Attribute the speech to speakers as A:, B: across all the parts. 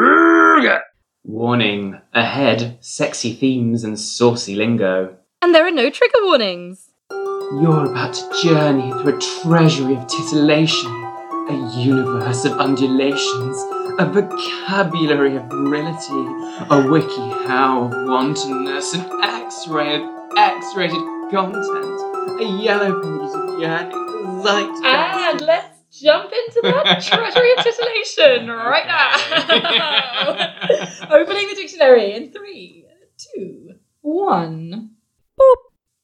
A: Arrgh!
B: Warning ahead, sexy themes and saucy lingo.
C: And there are no trigger warnings.
B: You're about to journey through a treasury of titillation, a universe of undulations, a vocabulary of virility, a wiki how of wantonness, an x ray of x rated content, a yellow pages of yearning, zeitgeist.
C: And let's jump into that treasury of titillation right now. Opening the dictionary in three, two, one.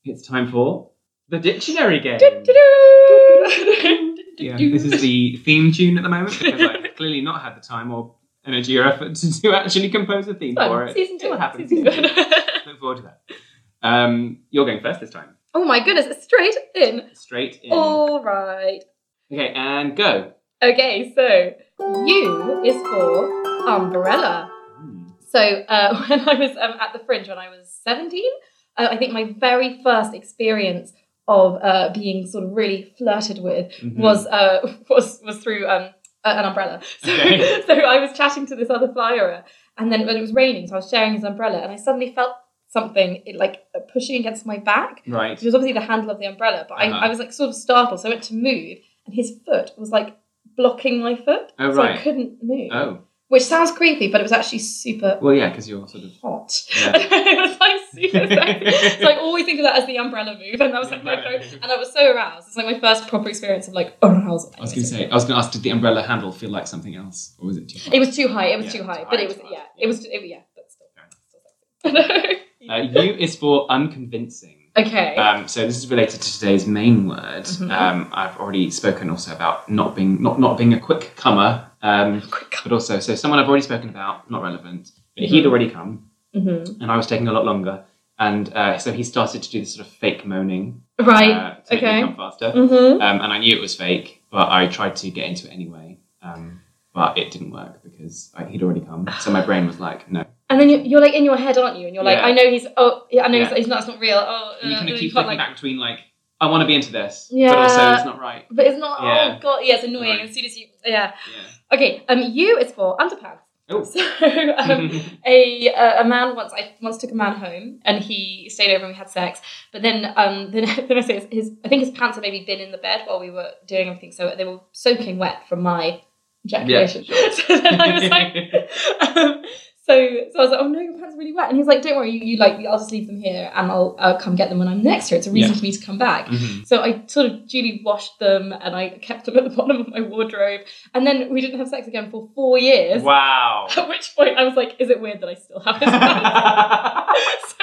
B: It's time for the dictionary game.
C: Do-do-do.
B: Yeah, this is the theme tune at the moment because I've clearly not had the time or energy or effort to, to actually compose a theme
C: Fun.
B: for it.
C: Oh, Season
B: It
C: two.
B: will happen.
C: Season
B: Season two.
C: two.
B: Look forward to that. Um, you're going first this time.
C: oh my goodness, it's straight in.
B: Straight in.
C: All right.
B: Okay, and go.
C: Okay, so U is for umbrella. So uh, when I was um, at the Fringe when I was 17, uh, I think my very first experience of uh, being sort of really flirted with
B: Mhm.
C: was uh, was was through um, a- an umbrella. So,
B: Okay.
C: so I was chatting to this other flyer, and then when it was raining, so I was sharing his umbrella, and I suddenly felt something it, like uh, pushing against my back.
B: right.
C: It was obviously the handle of the umbrella, but
B: Uh-huh.
C: I, I was like sort of startled. So I went to move, and his foot was like blocking my foot,
B: Oh,
C: so
B: right.
C: I couldn't move.
B: Oh,
C: Which sounds creepy, but it was actually super
B: well, yeah, because you're sort of.
C: hot.
B: Yeah.
C: it was like super sexy. so I always think of that as the umbrella move, and that was like my
B: Umbrella
C: first,
B: move.
C: and I was so aroused. It's like my first proper experience of like oh, arousal.
B: I was going to say, I was going to ask, did the umbrella handle feel like something else, or was it too? Far?
C: it was too high. It was
B: Yeah,
C: too
B: too
C: high,
B: high,
C: but it was
B: too high.
C: yeah, it was it, yeah, but still.
B: Fair
C: still sexy.
B: Uh, U is for unconvincing.
C: okay.
B: Um, so this is related to today's main word.
C: Mhm.
B: Um, I've already spoken also about not being not, not being a quick comer, um,
C: Quick.
B: but also so someone I've already spoken about, not relevant. But he'd
C: Mhm.
B: already come,
C: Mhm.
B: and I was taking a lot longer, and uh, so he started to do this sort of fake moaning
C: Right.
B: uh, to
C: okay.
B: make me come faster.
C: hmm
B: Um, and I knew it was fake, but I tried to get into it anyway. Um, but it didn't work because I, he'd already come, so my brain was like, no.
C: And then you're, you're like in your head, aren't you? And you're like,
B: Yeah.
C: I know he's oh, yeah, I know
B: Yeah.
C: he's, he's not, that's not real. Oh,
B: And you
C: uh,
B: kind of keep
C: can't
B: looking
C: like.
B: back between like, I want to be into this, but
C: Yeah.
B: also it's not right.
C: But it's not.
B: Yeah.
C: Oh god, yeah, it's annoying.
B: Right.
C: As soon as you, yeah.
B: Yeah.
C: Okay. Um, U is for underpants.
B: Oh.
C: So um, a a man once I once took a man home and he stayed over and we had sex. But then um then, then I say his, his I think his pants had maybe been in the bed while we were doing everything, so they were soaking wet from my ejaculation.
B: Yeah, sure.
C: so then I was like, um, so so I was like, oh no, your pants are really wet. And he's like, don't worry, you, you like I'll just leave them here and I'll I'll come get them when I'm next here. It's a reason for me to come back.
B: Mhm.
C: So I sort of duly washed them and I kept them at the bottom of my wardrobe. And then we didn't have sex again for four years.
B: Wow.
C: At which point I was like, is it weird that I still have this? back?" so,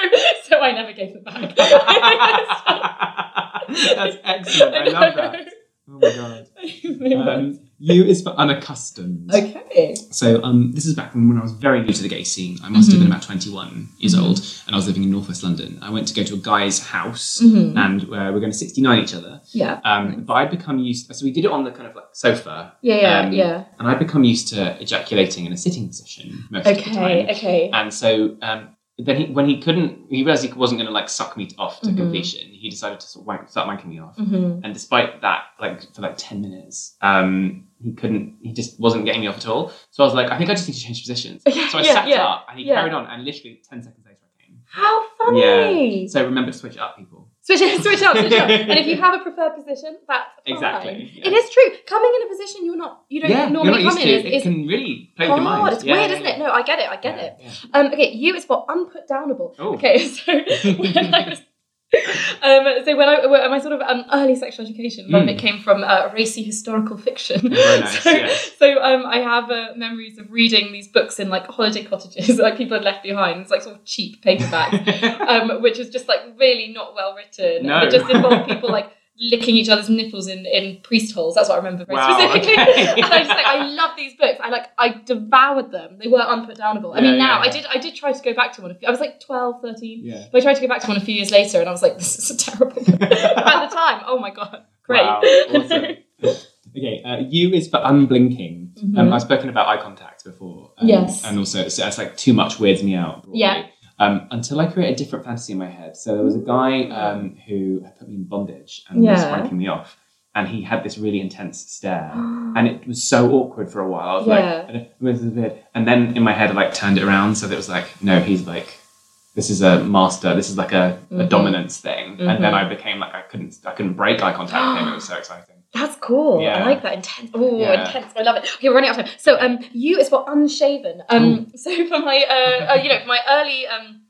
C: so I never gave them back.
B: That's excellent. I love that. Oh my god. Um, U is for unaccustomed.
C: okay.
B: So um, this is back from when I was very new to the gay scene. I must
C: Mm-hmm.
B: have been about 21 years
C: Mhm.
B: old, and I was living in Northwest London. I went to go to a guy's house,
C: Mhm.
B: and uh, we're going to 69 each other.
C: Yeah.
B: Um, but I'd become used. So we did it on the kind of like sofa,
C: Yeah. Yeah.
B: Um,
C: yeah.
B: and I'd become used to ejaculating in a sitting position most of the time.
C: Okay. Okay.
B: And so um, then he, when he couldn't, he realized he wasn't going to like suck me off to
C: Mhm.
B: completion. He decided to sort of wank, start wanking me off.
C: hmm
B: And despite that, like for like ten minutes, um, he couldn't. He just wasn't getting me off at all. So I was like, I think I just need to change positions.
C: Yeah,
B: So I
C: yeah,
B: sat
C: yeah,
B: up, and he
C: yeah.
B: carried on. And literally ten seconds later, I came.
C: How funny.
B: So remember to switch it up, people.
C: Switch it, switch up, switch up. And if you have a preferred position, that's fine.
B: Exactly, yeah.
C: It is true. Coming in a position you're not, you don't
B: yeah, you're not
C: normally
B: used
C: come
B: to
C: in
B: it. It
C: is, is
B: can really play with your mind.
C: hard. It's weird, isn't it? No, I get it. I get it. Um, okay, U is for unput downable.
B: Oh.
C: Okay, so when I was. Um, so when I when my sort of um, early sexual education, a lot of
B: Mm.
C: it came from uh, racy historical fiction.
B: Very nice,
C: so
B: yes.
C: so um, I have uh, memories of reading these books in like holiday cottages, like people had left behind. It's like sort of cheap paperback,
B: it?
C: um, which is just like really not well written.
B: No.
C: And it just involved people like licking each other's nipples in, in priest holes. That's what I remember very
B: Wow,
C: specifically.
B: okay.
C: and I just like I love these books. I like I devoured them. They were unputdownable. I
B: Yeah,
C: mean now
B: yeah,
C: I did I did try to go back to one. I was like 12, 13.
B: yeah.
C: But I tried to go back to one a few years later and I was like, this is terrible. book. At the time, oh my god, great.
B: Wow, awesome. okay, uh, U is for unblinking. Um,
C: Mhm.
B: I've spoken about eye contact before. um,
C: Yes.
B: And also, it's, it's like too much weirds me out. broadly.
C: Yeah.
B: Um, until I create a different fantasy in my head. So there was a guy um, who had put me in bondage and was
C: Yeah.
B: wanking me off. and he had this really intense stare. And it was so awkward for a while. I was
C: Yeah.
B: like, I don't- this is weird. And then in my head, I like turned it around so that it was like, no, he's like, this is a master. This is like a, a
C: Mhm.
B: dominance thing. And then
C: Mhm.
B: I became like, I couldn't, I couldn't break eye contact with him. It was so exciting.
C: That's cool. I
B: Yeah.
C: like that intense. Oh,
B: Yeah.
C: intense! I love it. Okay, we're running out of time. So, um, you is for unshaven. Um,
B: Oh.
C: so for my, uh, uh, you know, for my early um,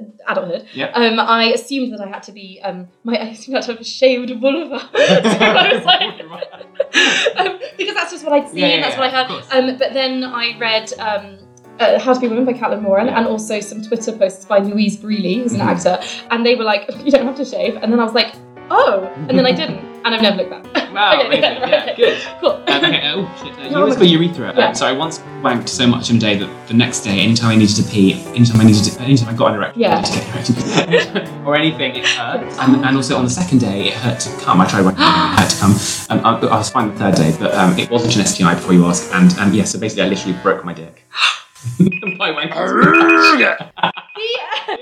C: uh, adulthood,
B: Yeah.
C: um, I assumed that I had to be um, my I assumed I had to have a shaved vulva. so I was like, um, because that's just what I'd seen.
B: Yeah, yeah,
C: that's
B: yeah,
C: what I
B: of
C: had.
B: course.
C: Um, but then I read. Um, uh, How to Be a Woman by Catelyn Moran,
B: Yeah.
C: and also some Twitter posts by Louise Breeley, who's an
B: Mhm.
C: actor, and they were like, "You don't have to shave," and then I was like, "Oh," and then I didn't, and I've never looked back.
B: Wow, Oh,
C: Okay,
B: amazing. Yeah,
C: okay.
B: good.
C: Cool.
B: Um, okay, uh, oh shit, uh,
C: No,
B: you was for
C: but-
B: urethra. Um,
C: Yeah.
B: so I once wanked so much in a day that the next day, anytime I needed to pee, anytime I needed to, anytime I got an erection,
C: Yeah.
B: I needed to get an erection. or anything, it hurt. And, and also on the second day, it hurt to come. I tried wanking, and it hurt to come. Um, I, I was fine the third day, but um, it wasn't an STI before you ask. And um, yeah, so basically, I literally broke my dick. By wanking.
C: The
B: Yes.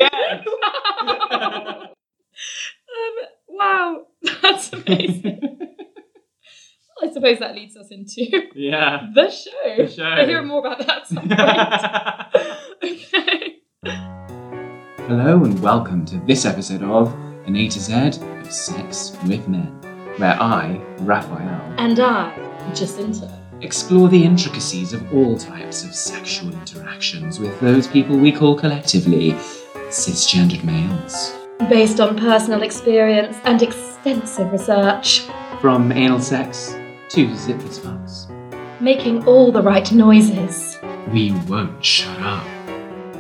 C: end. Wow. um, wow, that's amazing. I suppose that leads us into
B: yeah.
C: the show.
B: The show.
C: We'll hear more about that at some point. okay.
B: Hello and welcome to this episode of An A to Z of Sex with Men, where I, Raphael,
C: And I, Jacinta.
B: explore the intricacies of all types of sexual interactions with those people we call collectively cisgendered males.
C: Based on personal experience and extensive research,
B: From anal sex to zipless fucks,
C: making all the right noises.
B: we won't shut up.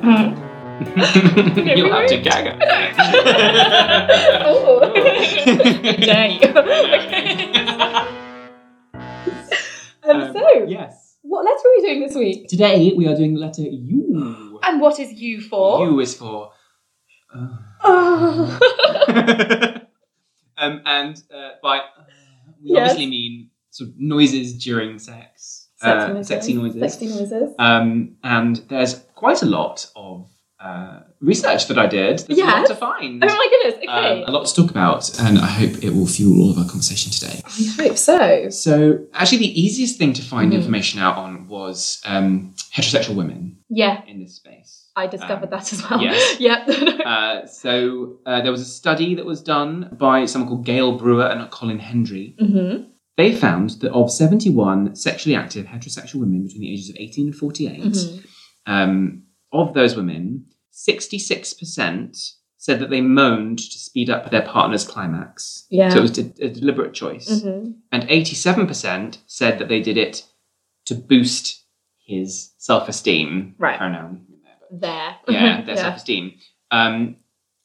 C: Mm.
B: You'll have to gag
C: Oh. Day. Okay.
B: us.
C: Um, so,
B: yes.
C: what letter are we doing this week?
B: Today we are doing the letter U.
C: And what is you for?
B: U is for. uh,
C: Oh.
B: um, and uh, by uh, we
C: Yes.
B: obviously mean sort of noises during sex,
C: Sexy
B: uh,
C: noises.
B: sexy noises.
C: Sexy noises.
B: Um, and there's quite a lot of uh, research that I did. There's a lot
C: Yes.
B: to find.
C: Oh my goodness, okay.
B: Um, a lot to talk about, and I hope it will fuel all of our conversation today.
C: I hope so.
B: So, actually, the easiest thing to find
C: Mhm.
B: information out on was um, heterosexual women
C: Yeah,
B: in this space.
C: I discovered
B: Um,
C: that as well.
B: yes.
C: Yep.
B: Uh, so uh, there was a study that was done by someone called Gail Brewer and Colin Hendry.
C: mm-hmm.
B: They found that of 71 sexually active heterosexual women between the ages of 18 and 48,
C: Mm-hmm.
B: um, of those women, 66% said that they moaned to speed up their partner's climax.
C: Yeah. Mm-hmm.
B: So it was de- a deliberate choice. And 87% said that they did it to boost his self esteem.
C: Right.
B: Pronoun. in there, but-
C: There.
B: yeah, their self esteem. Um,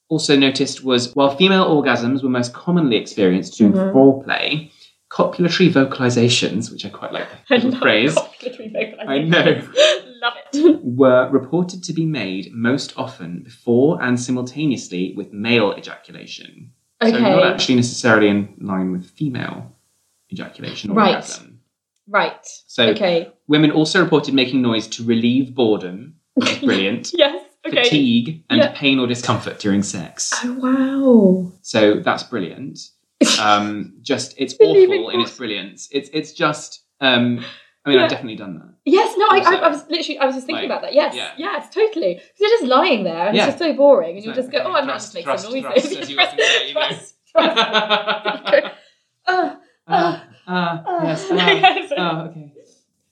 B: also noticed was while female orgasms were most commonly experienced during
C: Mhm.
B: foreplay, copulatory vocalizations, which I quite like
C: I
B: the
C: love
B: phrase,
C: copulatory vocalizations.
B: I know.
C: love it.
B: were reported to be made most often before and simultaneously with male ejaculation. So not
C: Okay.
B: actually necessarily in line with female ejaculation or
C: Right.
B: orgasm.
C: Right.
B: So
C: Okay.
B: women also reported making noise to relieve boredom. which is Brilliant.
C: Yes. Okay.
B: Fatigue and
C: Yeah.
B: pain or discomfort during sex.
C: Oh
B: So that's brilliant. Um, just it's
C: Believing
B: awful in its
C: God.
B: brilliance. It's it's just. Um, I mean,
C: Yeah.
B: I've definitely done that.
C: Yes, no, I, I,
B: Also-
C: I was literally, I was just thinking
B: Like,
C: about that. Yes,
B: yeah.
C: yes, totally. Because you're just lying there and
B: Yeah.
C: it's just so boring, and you'll
B: It's
C: just
B: like,
C: go, "Oh,
B: okay,
C: I'm not
B: thrust,
C: just make
B: thrust,
C: some noises."
B: thrust, as you often say, you know.
C: Thrust, thrust. Uh,
B: Ah, ah,
C: uh.
B: yes. ah,
C: Yes.
B: ah, okay.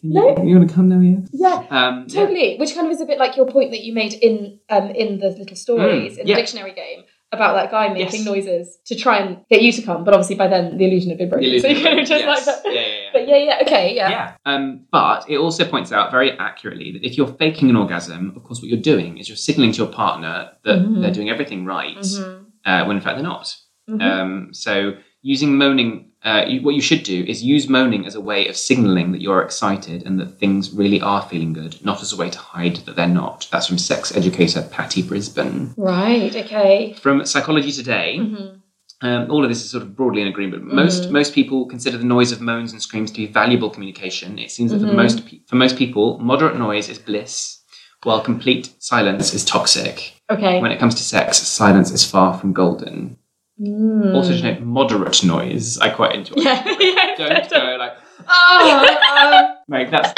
B: Can you,
C: No.
B: you want to come now? Yeah.
C: Yeah,
B: Um, yeah.
C: Totally, which kind of is a bit like your point that you made in um, in the little stories
B: Mm,
C: in
B: yeah.
C: the dictionary game about that guy
B: Yes.
C: making noises to try and get you to come, but obviously by then the illusion had been
B: The
C: broken.
B: illusion
C: so you kind of
B: of-
C: just
B: yes.
C: like that.
B: Yeah, yeah, yeah.
C: But yeah, yeah, okay, yeah.
B: Yeah. Um, but it also points out very accurately that if you're faking an orgasm, of course, what you're doing is you're signaling to your partner that
C: Mhm.
B: they're doing everything right,
C: Mhm,
B: uh, when in fact they're not.
C: mhm.
B: Um, so using moaning, uh, you, what you should do is use moaning as a way of signaling that you're excited and that things really are feeling good, not as a way to hide that they're not. That's from sex educator Patty Brisbane.
C: Right, okay.
B: From Psychology Today,
C: Mhm.
B: um, all of this is sort of broadly in agreement. But most
C: Mhm.
B: most people consider the noise of moans and screams to be valuable communication. It seems that
C: Mhm.
B: for most pe- for most people, moderate noise is bliss, while complete silence is toxic.
C: Okay.
B: When it comes to sex, silence is far from golden.
C: Mm.
B: Alternate moderate noise. I quite enjoy.
C: Yeah, yeah.
B: Don't go like
C: Oh, um,
B: like that's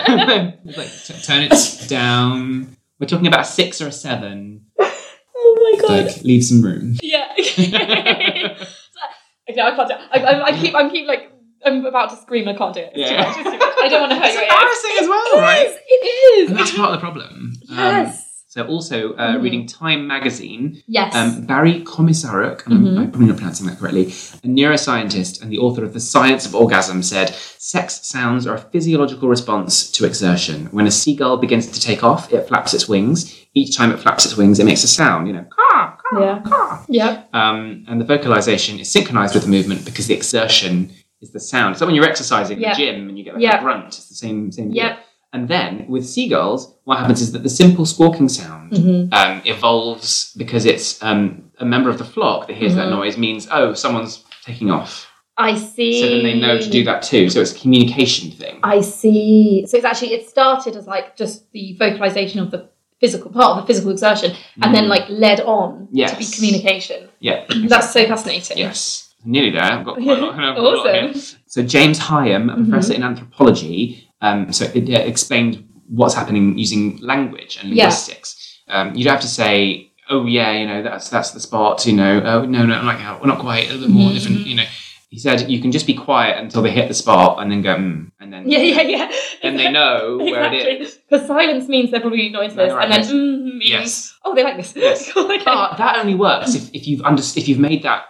B: it's like t- turn it down. We're talking about a six or a seven.
C: oh my god.
B: Like leave some room.
C: Yeah. okay, I can't do it. I, I, I keep, I'm keep like, I'm about to scream. I can't do it. It's too
B: Yeah.
C: much, it's too much. I don't want to hurt
B: It's
C: your ears.
B: embarrassing as well,
C: It
B: right?
C: is. It
B: And
C: is.
B: that's part of the problem. Um,
C: yes.
B: so also uh,
C: Mhm.
B: reading Time magazine
C: yes.
B: Um, Barry Komisaruk, and I'm,
C: Mhm.
B: I'm probably not pronouncing that correctly, a neuroscientist and the author of The Science of Orgasm, said sex sounds are a physiological response to exertion. When a seagull begins to take off, it flaps its wings. Each time it flaps its wings, it makes a sound, you know, caw, caw,
C: yeah.
B: caw.
C: Yeah.
B: Um, and the vocalization is synchronized with the movement because the exertion is the sound. It's like when you're exercising in
C: Yeah.
B: the gym and you get like
C: Yeah.
B: a grunt. It's the same, same deal.
C: Yeah.
B: And then with seagulls, what happens is that the simple squawking sound
C: Mm-hmm.
B: um, evolves because it's um, a member of the flock that hears that
C: Mhm.
B: noise means oh someone's taking off
C: I see.
B: so then they know to do that too so it's a communication thing
C: I see. So it's actually it started as like just the vocalization of the physical part, the physical exertion, and then
B: Mm.
C: like led on to be
B: Yes.
C: communication.
B: yeah
C: That's so fascinating.
B: yes nearly there I've got quite a lot, I've got a lot here.
C: awesome.
B: so James Hyam a
C: Mhm.
B: professor in anthropology um, so it, uh, explained what's happening using language and
C: Yeah.
B: linguistics um, you don't have to say oh yeah you know that's that's the spot you know oh no no like oh, not quite a little bit more
C: Mhm.
B: different you know he said you can just be quiet until they hit the spot and then go mm, and then
C: Yeah, yeah, yeah.
B: then they know where it
C: Exactly.
B: is.
C: Because silence means they're probably not into
B: No,
C: this,
B: right,
C: and then
B: yes.
C: mm, means
B: Yes.
C: oh, they like this.
B: Yes. Ah.
C: Cool, okay.
B: But that only works if, if you've under, if you've made that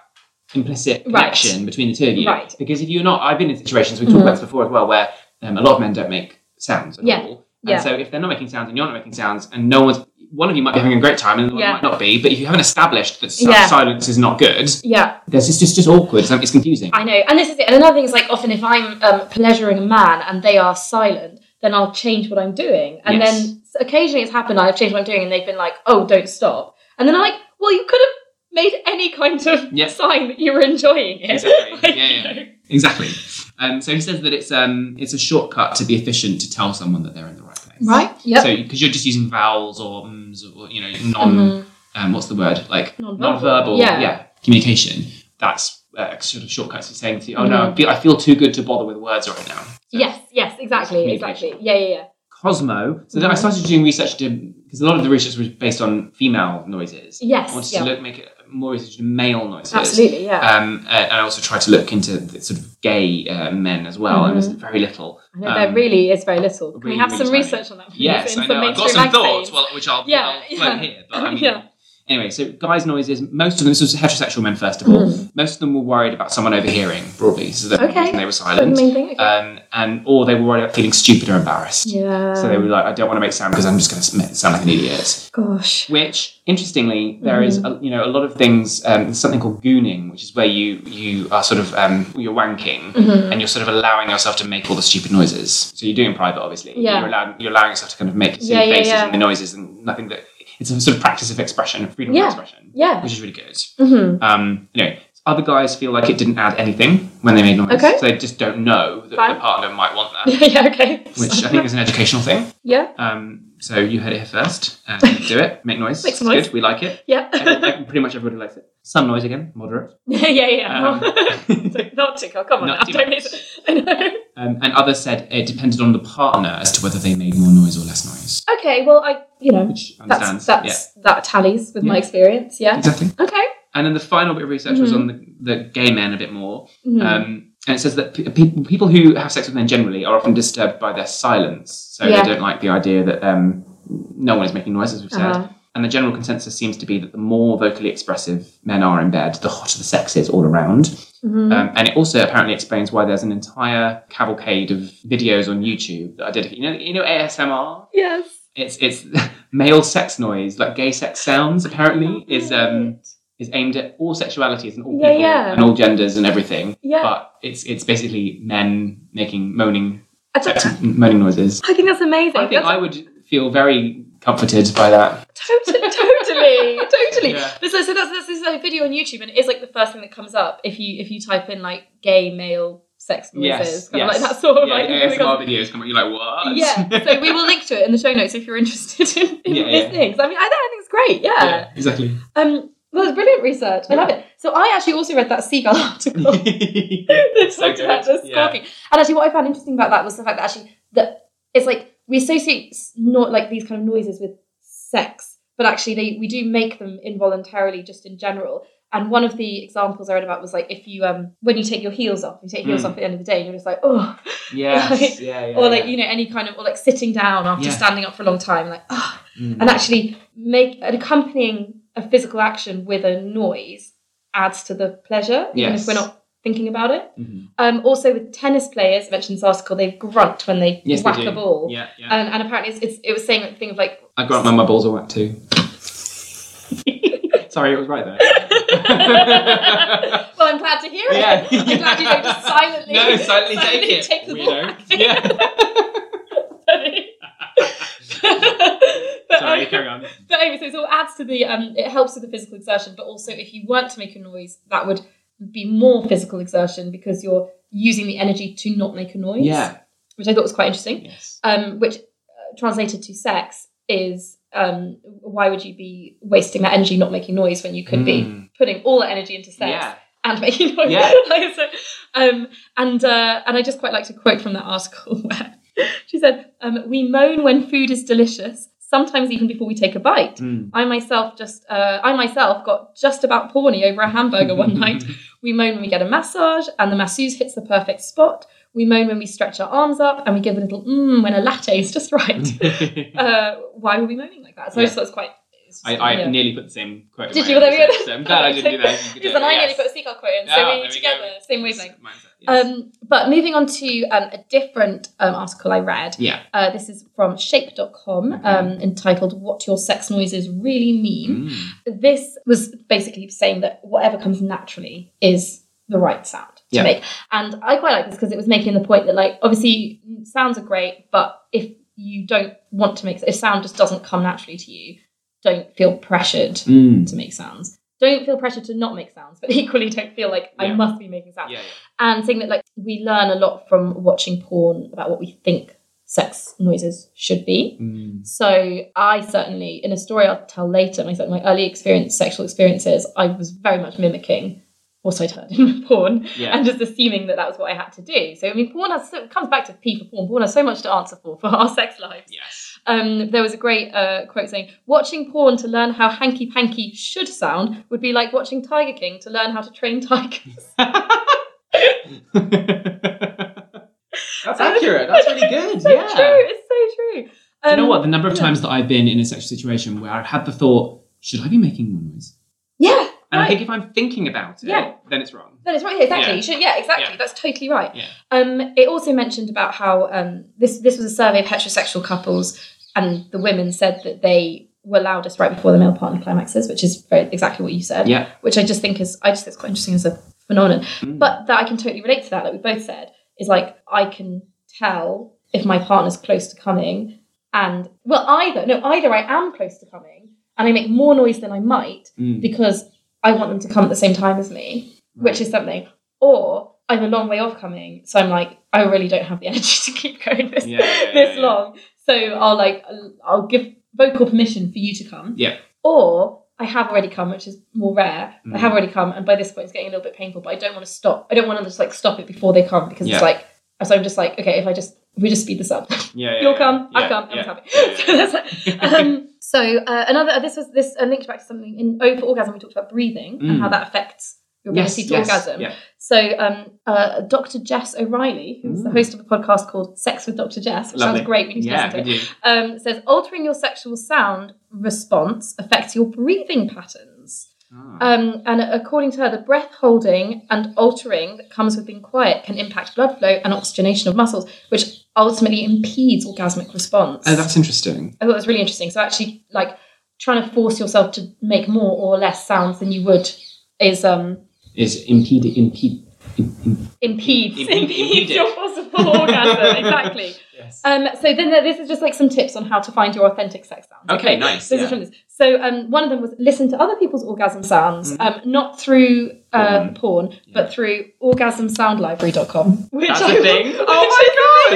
B: implicit
C: Right.
B: connection between the two of you.
C: Right. Mm-hmm.
B: Because if you're not, I've been in situations we've talked about this before as well, where um, a lot of men don't make sounds at
C: Yeah.
B: all. And
C: Yeah.
B: so if they're not making sounds and you're not making sounds, and no one's one of you might be having a great time and the other
C: Yeah.
B: one might not be, but if you haven't established that si-
C: Yeah.
B: silence is not good,
C: yeah,
B: there's it's just just awkward. It's, it's confusing.
C: I know. And this is it. And another thing is like often if I'm um, pleasuring a man and they are silent, then I'll change what I'm doing. And
B: Yes.
C: then s- occasionally it's happened. I've changed what I'm doing, and they've been like, "Oh, don't stop." And then I'm like, "Well, you could have made any kind of
B: Yeah.
C: sign that you were enjoying it."
B: Exactly.
C: Like,
B: Yeah,
C: you
B: yeah.
C: know.
B: Exactly. Um, so he says that it's um, it's a shortcut to be efficient to tell someone that they're in the right place.
C: Right. Yep.
B: So because you're just using vowels or ums or you know non
C: Mhm.
B: um, what's the word like
C: Nonverbal.
B: non-verbal
C: Yeah.
B: communication. That's uh, sort of shortcuts to saying to you, oh no,
C: Mm-hmm.
B: I feel, I feel too good to bother with words right now. So
C: Yes. Yes. Exactly.
B: Communication.
C: Exactly. Yeah. Yeah. Yeah.
B: Cosmo. So then I
C: Mhm.
B: started doing research to because a lot of the research was based on female noises. I wanted
C: Yes.
B: to
C: Yeah.
B: look make it more research to male noises.
C: Absolutely. Yeah.
B: Um, and I also tried to look into the sort of gay uh, men as well, and there's
C: Mm-hmm.
B: very little.
C: I know there
B: um,
C: really is very little. Can we
B: really,
C: have
B: really
C: some
B: tiny.
C: research on that? please,
B: Yes,
C: in
B: I know. I've got
C: mainstream
B: some thoughts,
C: magazines?
B: well, which I'll,
C: Yeah,
B: I'll float
C: yeah.
B: here. But I mean,
C: Yeah.
B: anyway, so guys' noises. Most of them. This was heterosexual men, first of all. Most of them were worried about someone overhearing broadly, so that's the
C: Mm. Okay.
B: reason they were
C: But the
B: silent.
C: main thing. Okay.
B: Um, and or they were worried about feeling stupid or embarrassed.
C: yeah.
B: So they were like, I don't want to make sound because I'm just going to sound like an idiot.
C: Gosh.
B: Which, interestingly, there is
C: Mm-hmm.
B: a, you know a lot of things. Um, there's something called gooning, which is where you you are sort of um, you're wanking
C: Mm-hmm.
B: and you're sort of allowing yourself to make all the stupid noises. So you're doing private, obviously.
C: Yeah.
B: You're, allowing you're allowing yourself to kind of make silly
C: Yeah, yeah,
B: faces
C: yeah.
B: and the noises and nothing that it's a sort of practice of expression, freedom
C: Yeah.
B: of expression,
C: Yeah.
B: which is really good.
C: Mm-hmm.
B: Um, anyway, other guys feel like it didn't add anything when they made noise.
C: Okay.
B: So they just don't know that
C: Fine.
B: the partner might want that,
C: yeah. Okay.
B: which I think is an educational thing.
C: Yeah.
B: Um, so you heard it here first. Um, do it. Make noise.
C: Make
B: it's
C: some noise.
B: good. We like it.
C: Yeah.
B: Everyone- like, pretty much everybody likes it. Some noise again, moderate.
C: yeah. Yeah. Yeah.
B: Um,
C: So not too cold. Come on
B: Not
C: now.
B: too
C: Don't
B: much.
C: need. I know.
B: Um, and others said it depended on the partner as to whether they made more noise or less noise.
C: Okay. Well, I. You know.
B: Which
C: That's
B: understands.
C: that's that tallies with my
B: Yeah.
C: experience.
B: yeah.
C: Yeah.
B: Exactly.
C: Okay.
B: And then the final bit of research was on the, the gay men a bit more.
C: Mhm.
B: Um, and it says that pe- people people who have sex with men generally are often disturbed by their silence, so
C: Yeah.
B: they don't like the idea that um, no one is making noise, as we've said.
C: Uh-huh.
B: And the general consensus seems to be that the more vocally expressive men are in bed, the hotter the sex is all around.
C: Mhm.
B: Um, and it also apparently explains why there's an entire cavalcade of videos on YouTube that are dedicated. You know, you know ASMR.
C: yes.
B: It's it's male sex noise, like gay sex sounds. Apparently, is um is aimed at all sexualities and all
C: Yeah,
B: people
C: yeah.
B: and all genders and everything
C: Yeah.
B: but it's it's basically men making moaning
C: I, don't-
B: moaning noises.
C: I think that's amazing.
B: I think
C: That's-
B: I would feel very comforted by that.
C: totally, totally, totally.
B: Yeah.
C: But So, so that's, that's this is a video on YouTube, and it's like the first thing that comes up if you if you type in like gay male sex noises,
B: Yes,
C: kind
B: yes.
C: of like that sort of
B: yeah,
C: like.
B: ASMR videos come up, you're like, what?
C: Yeah, so we will link to it in the show notes if you're interested in, in
B: Yeah,
C: these
B: yeah.
C: things. I mean, I, I think it's great. Yeah.
B: exactly.
C: Um. Well, it's brilliant research. I love it. So I actually also read that seagull article. they
A: So
C: talked about
A: good.
C: the
A: Yeah.
C: scorpion. And actually, what I found interesting about that was the fact that actually that it's like we associate s- not like these kind of noises with sex, but actually they we do make them involuntarily just in general. And one of the examples I read about was like if you um when you take your heels off, you take your heels
A: Mm.
C: off at the end of the day, and you're just like oh,
A: yes.
C: Like-
A: yeah, yeah.
C: or like
A: yeah.
C: you know any kind of or like sitting down after
A: Yeah.
C: standing up for a long time, like oh,
A: Mm.
B: Mm-hmm.
C: and actually make an accompanying a physical action with a noise adds to the pleasure even
A: Yes.
C: if we're not thinking about it
A: Mhm.
B: Mm-hmm.
C: um, also with tennis players I mentioned in this article they grunt when they
A: Yes, they
C: whack
A: do.
C: a ball Um,
A: Yeah, yeah.
C: and, and apparently it's, it's, it was saying like the thing of like
A: I grew up when my balls are wet too. Sorry, it was right there.
C: well I'm glad to hear it
A: Yeah.
C: I'm glad you don't just silently
A: no, silently take it.
C: take the ball
A: weirdo. Yeah.
C: But,
A: Sorry,
C: um,
A: carry on.
C: But anyway, so it all adds to the um, it helps with the physical exertion, but also if you weren't to make a noise, that would be more physical exertion because you're using the energy to not make a noise.
A: Yeah.
C: which I thought was quite interesting.
A: Yes.
C: Um, which uh, translated to sex is um, why would you be wasting that energy not making noise when you could be
A: Mm.
C: putting all that energy into sex
A: Yeah.
C: and making noise?
A: Yeah.
C: Like I said. um, and uh, and I just quite liked a quote from that article where she said, um, "We moan when food is delicious." Sometimes even before we take a bite,
A: Mm.
C: I myself just uh, I myself got just about porny over a hamburger
A: Hmm.
C: one night. We moan when we get a massage and the masseuse hits the perfect spot. We moan when we stretch our arms up and we give a little mmm when a latte is just right.
A: Mm.
C: uh, why were we moaning like that? So I just thought it's quite. It's just,
A: I, I
C: yeah.
A: nearly put the same quote. in
C: Did
A: my
C: you?
A: own
C: There we go.
A: research, so I'm glad I didn't do that. You could do
C: Because then
A: it,
C: I
A: yes.
C: nearly put a seagull quote in, so
A: Ah,
C: we
A: there
C: were
A: go.
C: together, same wavelength.
A: Mindset, yes.
C: Um, but moving on to um, a different um, article I read.
A: Yeah.
C: Uh, this is from shape.com um, entitled What Your Sex Noises Really Mean.
A: Mm-hmm. Mm.
C: this was basically saying that whatever comes naturally is the right sound to
A: Yeah.
C: make. And I quite like this because it was making the point that, like, obviously sounds are great, but if you don't want to make, if sound just doesn't come naturally to you, don't feel pressured
A: Mm.
C: to make sounds. Don't feel pressured to not make sounds, but equally don't feel like I
A: Yeah.
C: must be making sounds.
A: Yeah, yeah.
C: And saying that, like, we learn a lot from watching porn about what we think sex noises should be.
A: Mm.
C: So I certainly, in a story I'll tell later, my my early experience, sexual experiences, I was very much mimicking what I'd heard in porn
A: Yeah.
C: and just assuming that that was what I had to do. So I mean, porn has so, it comes back to P for porn. Porn has so much to answer for for our sex lives.
A: yes.
C: Um, there was a great uh, quote saying, "Watching porn to learn how hanky panky should sound would be like watching Tiger King to learn how to train tigers."
A: That's accurate. That's really good. Yeah.
C: true. It's so true. Um,
A: Do you know what? The number of
C: yeah.
A: times that I've been in a sexual situation where I had the thought, should I be making more noise?
C: Yeah.
A: And I
C: right.
A: think if I'm thinking about it,
C: Yeah.
A: then it's wrong.
C: That is right. Yeah, exactly.
A: Yeah.
C: You should, yeah, exactly.
A: Yeah.
C: That's totally right.
A: Yeah.
C: Um, it also mentioned about how um, this this was a survey of heterosexual couples, and the women said that they were loudest right before the male partner climaxes, which is very, exactly what you said.
A: Yeah.
C: Which I just think is I just think it's quite interesting as a phenomenon.
A: Mm.
C: But that I can totally relate to that. Like we both said, is like I can tell if my partner's close to coming, and well, either no, either I am close to coming, and I make more noise than I might
A: Mm.
C: because I want them to come at the same time as me which is something. Or I'm a long way off coming, so I'm like, I really don't have the energy to keep going this
A: Yeah, yeah,
C: this
A: yeah, yeah.
C: long. So I'll like, I'll give vocal permission for you to come.
A: Yeah.
C: Or I have already come, which is more rare. I
A: Mm.
C: have already come, and by this point it's getting a little bit painful. But I don't want to stop. I don't want to just like stop it before they come because
A: Yeah.
C: it's like, so I'm just like, okay, if I just if we just speed this up,
A: yeah, yeah,
C: You'll
A: yeah,
C: come.
A: yeah,
C: I've come.
A: yeah,
C: Everyone's
A: yeah,
C: happy.
A: yeah,
C: so that's, um, so uh, another. This was this uh, linked back to something in O for orgasm. We talked about breathing
A: Mm.
C: and how that affects your
A: Yes,
C: ability to
A: yes,
C: orgasm.
A: yeah.
C: So um, uh, Dr. Jess O'Reilly, who's the
A: Mm.
C: host of a podcast called Sex with Dr. Jess, which
A: Lovely.
C: sounds great. We need to
A: Yeah, we
C: listen to it.
A: do.
C: Um, says altering your sexual sound response affects your breathing patterns.
A: Ah.
C: Um, and according to her, the breath holding and altering that comes with being quiet can impact blood flow and oxygenation of muscles, which ultimately impedes orgasmic response.
A: oh, that's interesting.
C: I thought it was really interesting. So actually, like trying to force yourself to make more or less sounds than you would is um,
A: Is impede, impede, impede. Impede-
C: impedes
A: impede
C: impedes
A: it.
C: your possible orgasm exactly.
A: Yes.
C: Um, so then there, this is just like some tips on how to find your authentic sex sounds.
A: Okay, nice,
C: This is
A: yeah.
C: from this. So um, one of them was listen to other people's orgasm sounds,
A: Mm.
C: um, not through uh, porn, but through orgasmsoundlibrary.com. Which
A: That's a
C: I-
A: thing?
C: which
A: Oh my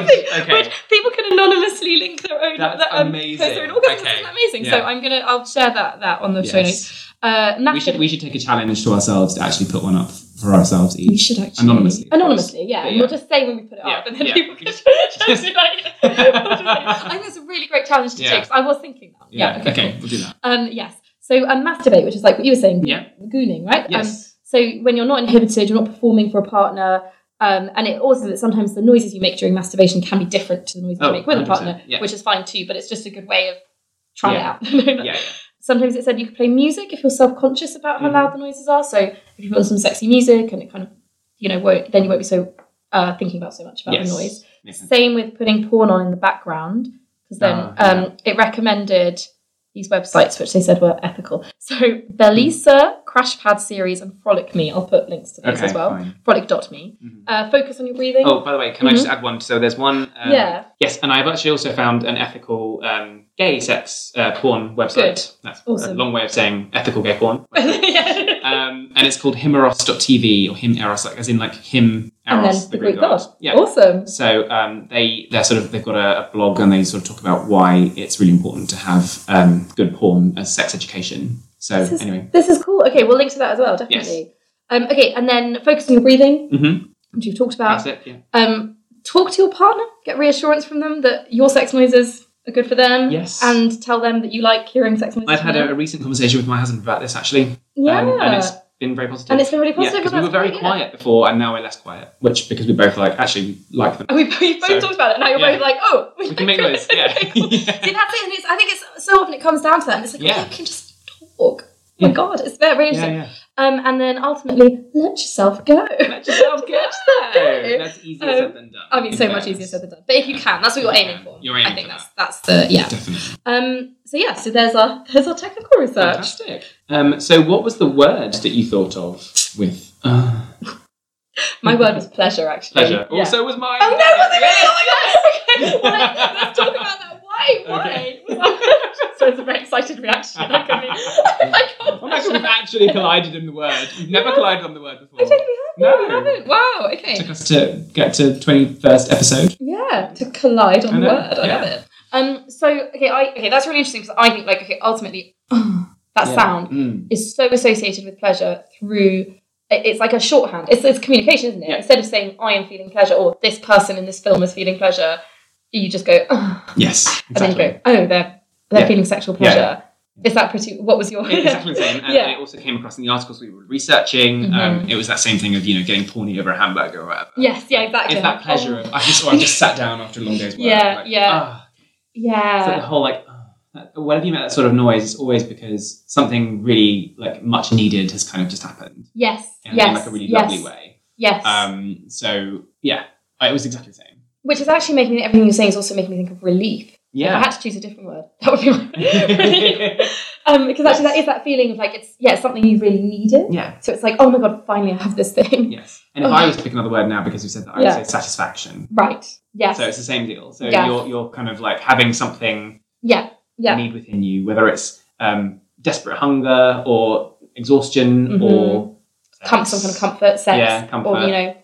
C: is amazing,
A: God! Okay.
C: Which people can anonymously link their own.
A: That's
C: their, um,
A: amazing.
C: Their own orgasms.
A: Okay,
C: Isn't that amazing?
A: yeah.
C: So I'm gonna I'll share that that on the show notes. Uh,
B: We should
C: national-
B: we should take a challenge to ourselves to actually put one up for ourselves
D: You
B: each
D: should actually
B: anonymously. of course.
C: Anonymously, yeah.
B: Yeah,
C: And We'll just say when we put it
B: Yeah,
C: up, and then
B: yeah.
C: people can
B: Just-
C: just, just be
B: just-
C: like, we'll just like- I think that's a really great challenge to
B: Yeah.
C: take. 'cause I was thinking that.
B: Yeah.
C: Yeah.
B: okay.
C: cool.
B: We'll do that.
C: Um, yes. So um, masturbate, which is like what you were saying,
B: Yeah.
C: gooning, right? Um,
B: Yes.
C: so when you're not inhibited, you're not performing for a partner. Um, and it also that sometimes the noises you make during masturbation can be different to the noises
B: Oh,
C: you make with a
B: 100%,
C: partner,
B: yeah.
C: which is fine too. But it's just a good way of trying
B: Yeah.
C: it out.
B: yeah.
C: Sometimes it said you could play music if you're self-conscious about how
B: Mhm.
C: loud the noises are. So if you put on some sexy music and it kind of, you know, won't, then you won't be so uh, thinking about so much about
B: Yes.
C: the noise.
B: Makes sense.
C: Same with putting porn on in the background because then
B: Ah,
C: um, it recommended these websites which they said were ethical. So Belisa, Crash Pad Series, and Frolic Me. I'll put links to those
B: Okay.
C: as well.
B: Fine.
C: Frolic.me.
A: Mm-hmm.
B: Mhm.
C: Uh, focus on your breathing.
B: Oh, by the way, can I just add one? So there's one. Um,
C: Mm-hmm. Yeah.
B: Yes, and I've actually also found an ethical um, gay sex uh, porn website.
C: Good.
B: That's a
C: Awesome.
B: long way of saying ethical gay porn.
C: Yeah.
B: um, and it's called himeros.tv or him eros, like as in like him
C: and
B: eros,
C: then the Greek god.
B: Yeah.
C: Awesome.
B: So um, they they're sort of they've got a, a blog and they sort of talk about why it's really important to have um, good porn as sex education. So
C: This is,
B: anyway,
C: this is cool. Okay, we'll link to that as well, definitely. Um, okay, and then focus on your breathing,
B: hmm
C: which you've talked
B: that's
C: about.
B: it. Yeah.
C: Um, talk to your partner, get reassurance from them that your sex noises are good for them.
B: Yes.
C: And tell them that you like hearing sex noises.
B: I've had
C: from
B: a, a
C: them.
B: recent conversation with my husband about this actually,
C: Yeah.
B: um, and it's been very positive.
C: And it's been really
B: Yeah,
C: positive.
B: because we were
C: that's
B: very
C: great, yeah.
B: quiet before, and now we're less quiet. Which because we both like actually like them.
C: And we we both
B: So-
C: talked about it. Now you're
B: Yeah.
C: both like, oh,
B: We can make noise. Yeah.
C: Okay, cool. See, that's it. And it's, I think it's so often it comes down to that. And it's like,
B: Yeah.
C: oh, you can just talk. Oh my
B: Yeah.
C: God, it's very
B: yeah,
C: interesting.
B: yeah.
C: Um, and then ultimately, let yourself go.
B: Let yourself go.
C: go.
B: That's easier
C: Um,
B: said than done.
C: I mean, so much easier said than done. But if you can, that's what you're
B: If you
C: aiming
B: can,
C: for.
B: you're aiming
C: I think
B: for
C: that's that's the yeah.
B: Definitely.
C: Um, so yeah, so there's our there's our technical research.
B: Fantastic. Um, so, what was the word that you thought of with uh,
C: My word was pleasure, actually.
B: pleasure?
C: Yeah.
B: Also, was mine.
C: Oh no, was it really?
B: Yes.
C: Oh my gosh! Okay, well, let's talk about that. Why? Why? so it's a very excited reaction. I can be. I can't.
B: Oh my god, we've actually collided in the word. We've never
C: Yeah.
B: collided on the word before.
C: I totally
B: No.
C: haven't. I haven't. Wow. Okay.
B: Took us to get to twenty first episode.
C: Yeah, to collide
B: I
C: on the
B: know,
C: word. I
B: yeah.
C: love it. Um, so okay, I okay, that's really interesting because I think like okay, ultimately that
B: Yeah.
C: sound
B: Mm.
C: is so associated with pleasure through it- it's like a shorthand. It's, it's communication, isn't it?
B: Yeah.
C: Instead of saying I am feeling pleasure or this person in this film is feeling pleasure, you just go "Ugh,"
B: Yes.
C: and then you go oh they're they're
B: Yeah.
C: feeling sexual
B: Yeah.
C: pleasure. Is that pretty? What was your?
B: exactly the same. And
C: Yeah.
B: it also came across in the articles we were researching. Um,
C: Mhm.
B: it was that same thing of you know getting porny over a hamburger or whatever.
C: yes. Yeah. Exactly. Oh,
B: It's that pleasure of I just or I just sat down after a long day's work.
C: Yeah,
B: like,
C: yeah.
B: ah. it's like
C: Yeah.
B: the whole like ah, that- whenever you make that sort of noise, it's always because something really like much needed has kind of just happened
C: Yes.
B: in
C: yes.
B: like a really
C: yes.
B: lovely way.
C: Yes.
B: Um, so yeah, it was exactly the same.
C: Which is actually making everything you're saying is also making me think of relief. If I
B: Yeah.
C: had to choose a different word, that would be my um, because actually that is that feeling of like it's yeah it's something you really needed.
B: yeah.
C: So it's like oh my god, finally I have this thing.
B: Yes. And if
C: Oh.
B: I was to pick another word now because you said that, I
C: Yeah.
B: would say satisfaction.
C: Right. Yes.
B: So it's the same deal. So
C: Yes.
B: you're you're kind of like having something
C: yeah. Yeah.
B: need within you, whether it's um, desperate hunger or exhaustion
C: Mhm.
B: or
C: Com- some kind of comfort, sex,
B: Yeah, comfort.
C: or you know.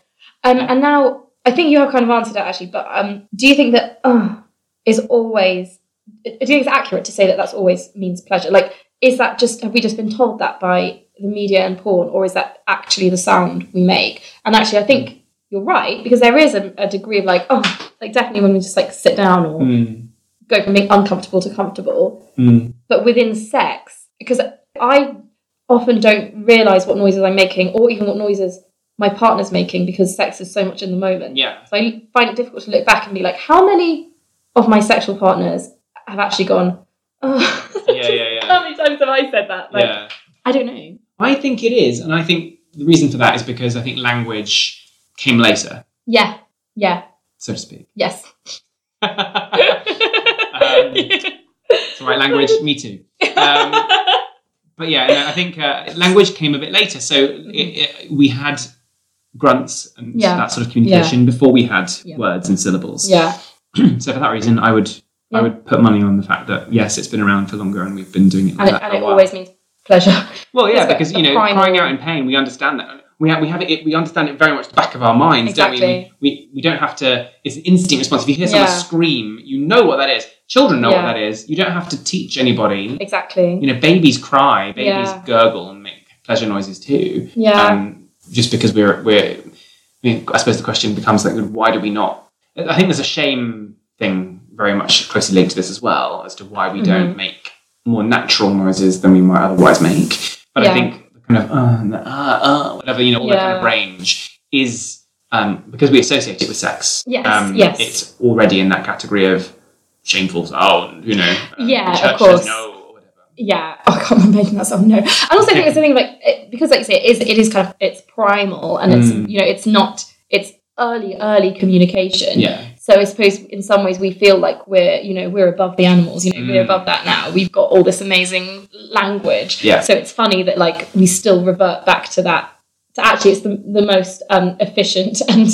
C: Um,
B: Yeah.
C: And now I think you have kind of answered it actually, but um, do you think that uh, is always? Do you think it's accurate to say that that's always means pleasure? Like, is that just have we just been told that by the media and porn, or is that actually the sound we make? And actually, I think you're right because there is a, a degree of like, oh, like definitely when we just like sit down or
B: Mm,
C: go from being uncomfortable to comfortable,
B: mm,
C: but within sex, because I often don't realize what noises I'm making or even what noises my partner's making because sex is so much in the moment.
B: yeah.
C: So I find it difficult to look back and be like, how many of my sexual partners have actually gone, oh,
B: Yeah, yeah, yeah.
C: how many times have I said that? Like,
B: yeah.
C: I don't know.
B: I think it is, and I think the reason for that is because I think language came later,
C: Yeah, yeah,
B: so to speak.
C: yes.
B: it's the right language. Me too. Um, but yeah, no, I think uh, language came a bit later, so it, it, we had grunts and
C: Mm-hmm. Yeah.
B: that sort of communication before we had
C: Yeah.
B: words and syllables.
C: yeah,
B: so for that reason, I would I
C: Yeah.
B: would put money on the fact that yes, it's been around for longer, and we've been doing it like
C: and it,
B: that
C: and
B: for a
C: it
B: while.
C: always means pleasure.
B: well, yeah,
C: it's like
B: because
C: the
B: you know,
C: primal-
B: crying out in pain, we understand that. we have, we have it, we understand it very much the back of our minds, don't we?
C: Exactly.
B: we? We we don't have to. It's an instinct response. If you hear someone
C: Yeah.
B: scream, you know what that is. Children know
C: Yeah.
B: what that is. You don't have to teach anybody.
C: Exactly.
B: You know, babies cry, babies
C: Yeah.
B: gurgle and make pleasure noises too.
C: Yeah.
B: Um, just because we're we're, I mean, I suppose the question becomes like, why do we not? I think there's a shame thing very much closely linked to this as well, as to why we
C: Mm-hmm.
B: don't make more natural noises than we might otherwise make. But
C: Yeah.
B: I think the kind of uh, and the, uh, uh, whatever you know, all that kind of
C: Yeah.
B: range is um, because we associate it with sex.
C: Yes,
B: um,
C: yes.
B: it's already in that category of shameful sound. You know, uh,
C: Yeah,
B: the
C: of
B: church
C: course.
B: Says no, or whatever.
C: yeah oh, i can't remember making that song no and also i think it's something like it, because like you say it is it is kind of it's primal and it's
B: Mm.
C: you know it's not it's early early communication
B: Yeah,
C: so i suppose in some ways we feel like we're you know we're above the animals you know we're
B: Mm.
C: above that now we've got all this amazing language
B: Yeah.
C: so it's funny that like we still revert back to that so actually it's the, the most um, efficient and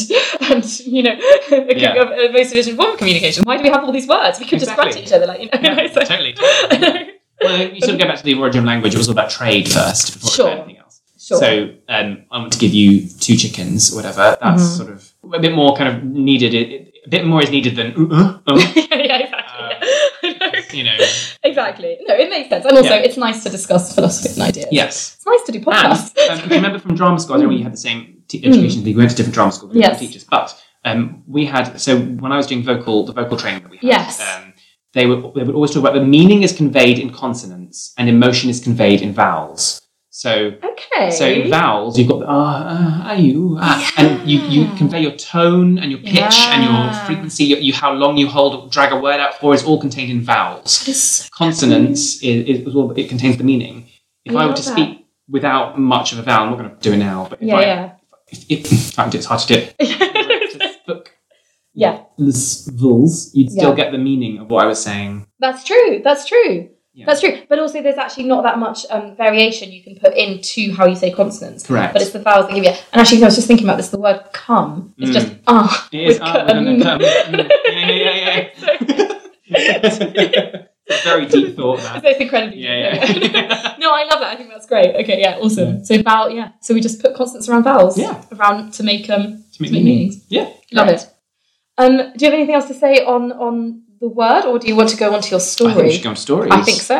C: and you know the uh,
B: Yeah.
C: most efficient form of communication why do we have all these words we could
B: Exactly.
C: just grunt at each other like you know
B: yeah
C: so-
B: totally. totally. well, you sort of go back to the origin of language. It was all about trade first before it
C: Sure.
B: was about anything else.
C: sure
B: So um, I want to give you two chickens or whatever. That's
C: Mhm.
B: sort of a bit more kind of needed. It, a bit more is needed than ooh, uh, oh,
C: yeah, yeah, exactly.
B: Um,
C: yeah. I know.
B: you know.
C: exactly. No, it makes sense. And also,
B: Yeah.
C: it's nice to discuss philosophy and ideas.
B: Yes.
C: It's nice to do podcasts.
B: And um, if you remember from drama school, I know we had the same t- education thing. We went to different drama schools, with different
C: Mm. Yes.
B: teachers, but um, we had. So when I was doing vocal, the vocal training that we had,
C: Yes.
B: um, they would they would always talk about the meaning is conveyed in consonants and emotion is conveyed in vowels. So
C: okay.
B: So in vowels, you've got the ah, ah, ah, you, ah, and you, you
C: Yeah.
B: convey your tone and your pitch and
C: Yeah.
B: your frequency, your, you, how long you hold, drag a word out for, is all contained in vowels.
C: That is so-
B: Consonants is, is all, it contains the meaning. If
C: I
B: I were
C: love
B: to
C: that.
B: speak without much of a vowel, I'm not going to do it now, but if
C: yeah,
B: I,
C: yeah.
B: If, if, in fact, it's hard to do it.
C: Yeah.
B: To spook
C: Yeah.
B: the vowels, you'd
C: Yeah.
B: still get the meaning of what I was saying.
C: That's true. That's true.
B: Yeah.
C: That's true. But also, there's actually not that much um, variation you can put into how you say consonants.
B: Correct.
C: But it's the vowels that give you. And actually, I was just thinking about this. The word "cum" is
B: Mm.
C: just ah.
B: It is
C: with
B: ah, with an um,
C: cum.
B: mm. Yeah, yeah, yeah, yeah. Very deep thought, that.
C: That's incredibly.
B: Yeah, yeah.
C: no, I love that. I think that's great. Okay, yeah, awesome. So vowel, yeah. So we just put constants around vowels.
B: Yeah.
C: Around to make um
B: to make
C: to make
B: meaning.
C: meanings.
B: Yeah.
C: Love it. Um, do you have anything else to say on on the word, or do you want to go on to your story?
B: I think we should go on stories.
C: I think so.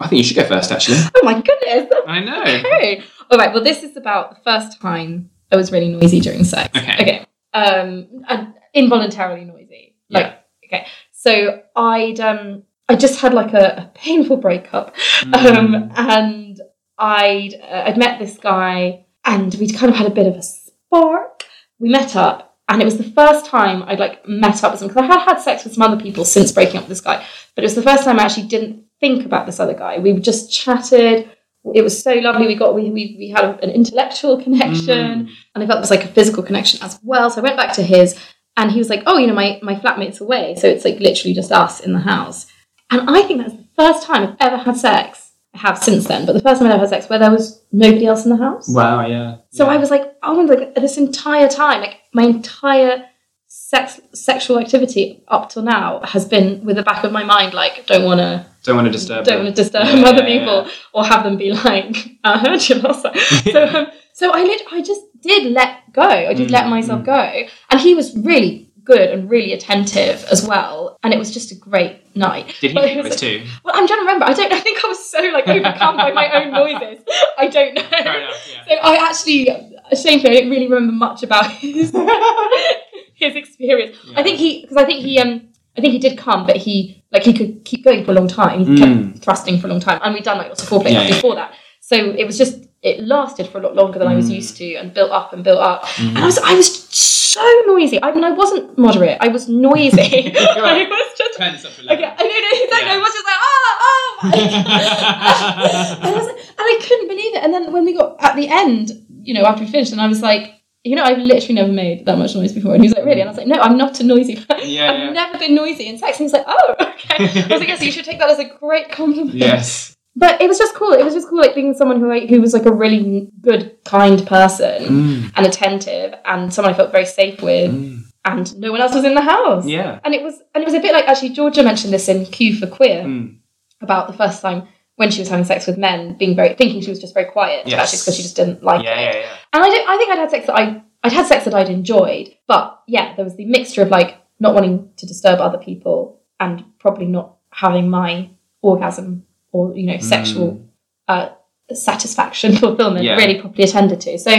B: I think you should go first, actually.
C: Oh my goodness. that's
B: I know.
C: Okay. All right. Well, this is about the first time I was really noisy during sex.
B: Okay.
C: Okay. Um, and involuntarily noisy. Like, okay. So I'd um, I just had like a, a painful breakup, um, and I'd uh, I'd met this guy, and we'd kind of had a bit of a spark. We met up, and it was the first time I'd like met up with him because I had had sex with some other people since breaking up with this guy, but it was the first time I actually didn't think about this other guy. We just chatted. It was so lovely. We got we we, we had an intellectual connection and I felt there was like a physical connection as well. So I went back to his, and he was like, "Oh, you know, my my flatmate's away, so it's like literally just us in the house." And I think that's the first time I've ever had sex. I have since then, but the first time I ever had sex where there was nobody else in the house.
B: Wow. Yeah.
C: So
B: yeah.
C: I was like, "Oh my god!" This entire time, like my entire sex sexual activity up till now has been with the back of my mind, like, "Don't want to."
B: don't want to disturb.
C: don't
B: them.
C: want to disturb
B: Yeah,
C: other
B: yeah,
C: people or have them be like, I heard you last time. so, um, so I, lit- I just did let go. I just
B: Mm,
C: let myself go. And he was really good and really attentive as well. And it was just a great night.
B: Did he
C: But
B: make
C: it was
B: noise
C: like-
B: too?
C: Well, I'm trying to remember. I don't. I think I was so like overcome by my own noises. I don't know.
B: Fair enough. Yeah.
C: So I actually, shamefully, I don't really remember much about his his experience.
B: Yeah.
C: I think he, because I think he, um, I think he did come, but he like he could keep going for a long time. He
B: Mm.
C: kept thrusting for a long time, and we'd done like lots of foreplay
B: Yeah, yeah.
C: before that. So it was just it lasted for a lot longer than I was
B: Mm.
C: used to, and built up and built up. And I was I was so noisy. I mean, I wasn't moderate. I was noisy. I was just
B: Turn this up to
C: Okay, I
B: eleven.
C: know, no, exactly. I
B: Yeah.
C: was just like, oh, oh, my God. and, I was, and I couldn't believe it. And then when we got at the end, you know, after we finished, and I was like, you know, I've literally never made that much noise before. And he was like, really? And I was like, no, I'm not a noisy person.
B: Yeah,
C: I've
B: yeah.
C: never been noisy in sex. And he's like, oh, okay. I was like, yes, you should take that as a great compliment.
B: Mm. Yes.
C: But it was just cool. It was just cool, like being someone who I, who was like a really good, kind person
B: Mm,
C: and attentive, and someone I felt very safe with,
B: mm.
C: and no one else was in the house
B: Yeah.
C: and it was and it was a bit like actually Georgia mentioned this in Q for Queer
B: Mm.
C: about the first time when she was having sex with men, being very thinking she was just very quiet,
B: Yes.
C: actually because she just didn't like
B: yeah,
C: it.
B: yeah, yeah.
C: And I don't. I think I'd had sex that I I'd had sex that I'd enjoyed, but yeah, there was the mixture of like not wanting to disturb other people and probably not having my orgasm or you know sexual uh, satisfaction fulfillment
B: Hmm. Yeah.
C: really properly attended to. So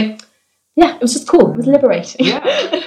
C: yeah, it was just cool. It was liberating.
B: Yeah.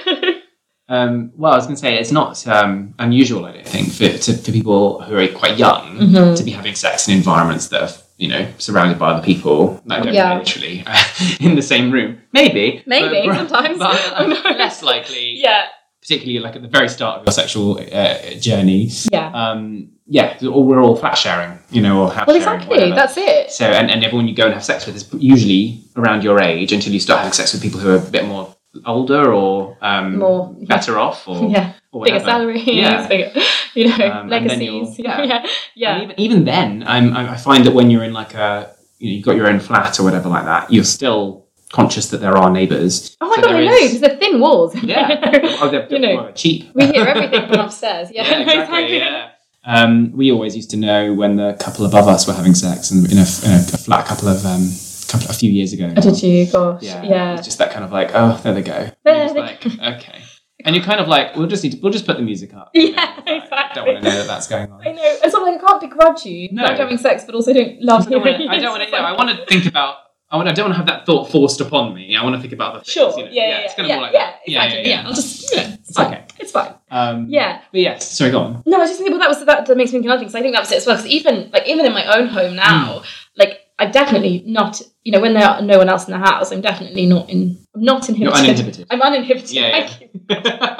B: Um, well, I was going to say it's not um, unusual, I don't think, for, to, for people who are quite young
C: Mhm.
B: to be having sex in environments that are, you know, surrounded by other people. I don't
C: Yeah.
B: know, literally, uh, in the same room. Maybe.
C: Maybe,
B: but-
C: sometimes.
B: but, uh,
C: Oh, no.
B: Less likely,
C: yeah.
B: particularly like at the very start of your sexual uh, journey.
C: Yeah.
B: Um, yeah, or we're all flat sharing, you know, or house
C: Well,
B: sharing.
C: exactly.
B: whatever.
C: That's it.
B: So, and, and everyone you go and have sex with is usually around your age until you start having sex with people who are a bit more older or um,
C: More-
B: better off or,
C: Yeah.
B: or
C: Bigger
B: whatever.
C: salaries.
B: Yeah.
C: Bigger, you know,
B: Um, and then you'll-
C: legacies.
B: yeah.
C: Yeah.
B: And
C: Yeah.
B: even, even then, I'm, I I find that when you're in like a, you know, you've got your own flat or whatever like that, you're still conscious that there are neighbours.
C: Oh my
B: So
C: god,
B: there
C: I know.
B: is-
C: Because they're thin walls.
B: Yeah. oh, they're,
C: You
B: they're
C: know.
B: cheap.
C: we hear everything from upstairs. Yeah.
B: yeah, exactly. Yeah. Um, we always used to know when the couple above us were having sex, and in a, in a, a flat couple of um, couple, a few years ago.
C: Oh, Did you? Gosh.
B: Yeah,
C: Yeah.
B: It's just that kind of like, oh, there they go. And
C: There
B: you're just like, okay. And you're kind of like, we'll just need to, we'll just put the music up.
C: Yeah,
B: it's like, I don't
C: exactly.
B: want to know that that's going
C: I
B: on.
C: know. It's not like I can't begrudge you.
B: No.
C: Like having sex, but also don't love
B: I don't want to.
C: hearing
B: I
C: it.
B: don't want to.
C: It's
B: No,
C: like-
B: I want to think about. I want. I don't want to have that thought forced upon me. I want to think about other things.
C: Sure.
B: You know?
C: yeah, yeah,
B: It's kind of
C: yeah,
B: more like
C: yeah,
B: that.
C: yeah, exactly. Yeah, I'll just. Yeah, it's,
B: It's
C: fine.
B: okay.
C: It's fine.
B: Um,
C: Yeah.
B: But yes. Sorry. Go on.
C: No, I was just thinking. Well, that was that, that makes me think of another thing. So I think that was it as well. Because even like even in my own
B: Mm.
C: home now, like I'm definitely not. You know, when there are no one else in the house, I'm definitely not in. I'm not
B: You're uninhibited.
C: inhibited. I'm uninhibited.
B: Yeah, yeah.
C: Thank you.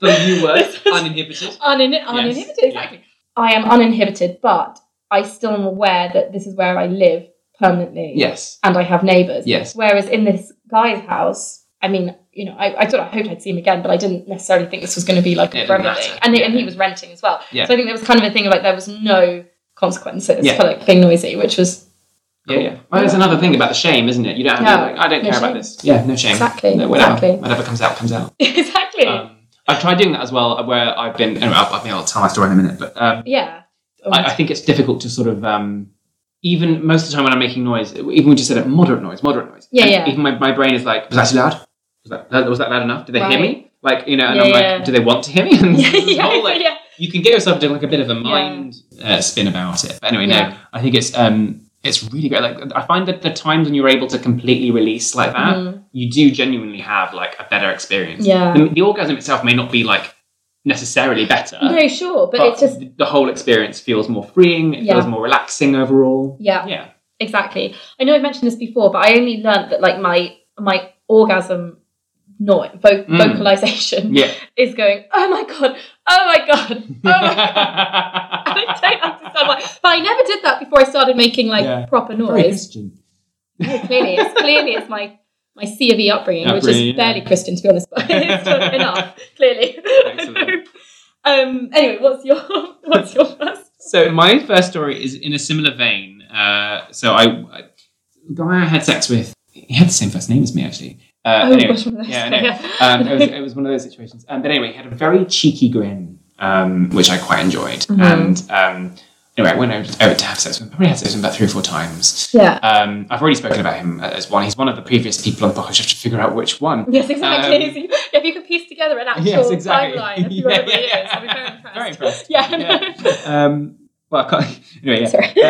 B: the new word.
C: This is-
B: Uninhibited.
C: Unin- uninhibited.
B: yeah.
C: Exactly. I am uninhibited, but I still am aware that this is where I live permanently.
B: Yes.
C: and I have neighbours.
B: Yes.
C: Whereas in this guy's house, I mean, you know, I, I sort of hoped I'd see him again, but I didn't necessarily think this was going to be
B: It
C: like a
B: didn't
C: forever
B: matter.
C: thing. And, he- and
B: Yeah.
C: he was renting as well.
B: Yeah.
C: So I think there was kind of a thing of like there was no consequences
B: Yeah.
C: for like being noisy, which was
B: Yeah, yeah. Well, that's another thing about the shame, isn't it? You don't have to
C: No,
B: be like, I don't
C: no
B: care about
C: shame.
B: this. Yeah, no shame.
C: Exactly,
B: No, whatever.
C: exactly.
B: Whatever comes out, comes out.
C: exactly
B: Um, I've tried doing that as well, where I've been. Anyway, I'll, I think I'll tell my story in a minute, but um,
C: yeah.
B: I, I think it's difficult to sort of um, even most of the time when I'm making noise, even when you said it, moderate noise, moderate noise.
C: Yeah,
B: And
C: yeah.
B: Even my, my brain is like, was that too loud? Was that loud- was that loud enough? Did they hear
C: Right.
B: me? Like you know, and
C: Yeah,
B: I'm like,
C: yeah.
B: do they want to hear me? And
C: yeah,
B: this is all,
C: yeah,
B: like,
C: yeah.
B: you can get yourself doing like a bit of a mind uh, spin about it. But anyway,
C: Yeah.
B: no, I think it's um, it's really great. Like I find that the times when you're able to completely release like that,
C: Mhm.
B: you do genuinely have like a better experience.
C: Yeah.
B: The, the orgasm itself may not be like necessarily better,
C: no, sure, but, it's just
B: the whole experience feels more freeing. It
C: Yeah.
B: feels more relaxing overall.
C: yeah.
B: Yeah.
C: Exactly. I know I mentioned this before, but I only learnt that like my my orgasm no vo-
B: Mm.
C: vocalization
B: Yeah.
C: is going, oh my god, oh my god, oh my god. I don't understand why. But I never did that before I started making like
B: Yeah.
C: proper
B: Very
C: noise.
B: Christian.
C: clearly, it's clearly it's my my C of E upbringing, which
B: Upbringing,
C: is
B: yeah.
C: barely Christian to be honest, but it's still enough. Clearly.
B: Excellent.
C: um. Anyway, what's your what's your first?
B: So my first story is in a similar vein. Uh, so I, I the guy I had sex with, he had the same first name as me actually. Uh,
C: oh
B: anyway,
C: gosh, what was I
B: yeah, I
C: saying?
B: know. um, it, was, it was one of those situations. Um, but anyway, he had a very cheeky grin, um, which I quite enjoyed.
C: Mhm.
B: And um, anyway, I went out, out to have sex with him. Probably had sex with him about three or four times.
C: yeah.
B: Um, I've already spoken about him as one. He's one of the previous people on the podcast. I have to figure out which one.
C: Yes, exactly.
B: Um,
C: if you could piece together an actual
B: Yes, exactly.
C: timeline of
B: Yeah,
C: whoever
B: yeah,
C: it is,
B: yeah.
C: I'll be very impressed.
B: Very impressed.
C: Yeah.
B: Yeah. Um, well, I can't, anyway, yeah.
C: Sorry.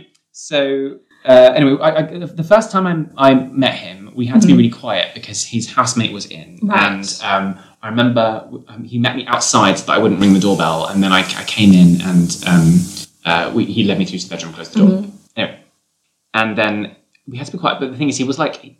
B: Um, so uh, anyway, I, I, the first time I, I met him, we had to be
C: Mhm.
B: really quiet because his housemate was in,
C: Right.
B: and um, I remember um, he met me outside so that I wouldn't ring the doorbell, and then I, I came in and um, uh, we, he led me through to the bedroom, closed the door,
C: Mm-hmm.
B: anyway, and then we had to be quiet. But the thing is, he was like,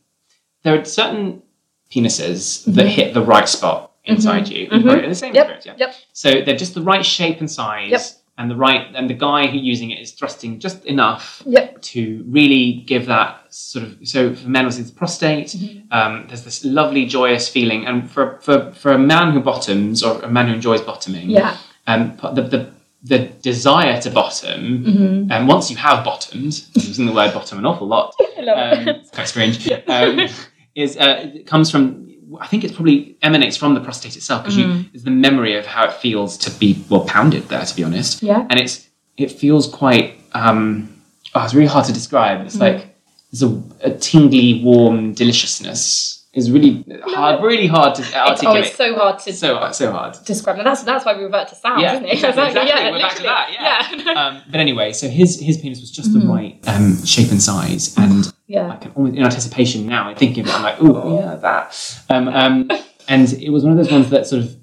B: there are certain penises that
C: Mhm.
B: hit the right spot inside you. You've
C: Mhm.
B: probably had The same
C: Yep.
B: experience, yeah.
C: Yep.
B: So they're just the right shape and size,
C: Yep.
B: and the right and the guy who using it is thrusting just enough
C: Yep.
B: to really give that sort of. So for men, obviously it's prostate.
C: Mm-hmm.
B: Um, there's this lovely joyous feeling, and for, for for a man who bottoms or a man who enjoys bottoming,
C: Yeah.
B: um, p- the the the desire to bottom,
C: Mhm.
B: and Mm-hmm. Um, once you have bottomed, using the word bottom an awful lot,
C: I love
B: um,
C: it.
B: it's quite strange. Um, is uh, it comes from I think it's probably emanates from the prostate itself because you it's the memory of how it feels to be well pounded there to be honest,
C: Yeah.
B: and it's it feels quite um, oh, it's really hard to describe. It's like there's a, a tingly, warm deliciousness. It's really hard, really hard to
C: It's, oh,
B: articulate.
C: it's so hard to
B: so uh, so hard.
C: describe. And that's that's why we revert to sound,
B: Yeah,
C: isn't it?
B: exactly, exactly.
C: Yeah,
B: We're back to
C: literally.
B: that,
C: Yeah.
B: Um, but anyway, so his his penis was just the right um, shape and size, and
C: Yeah.
B: I can almost in anticipation now, I'm thinking of it, I'm like, oh yeah, that. Um, um, and it was one of those ones that sort of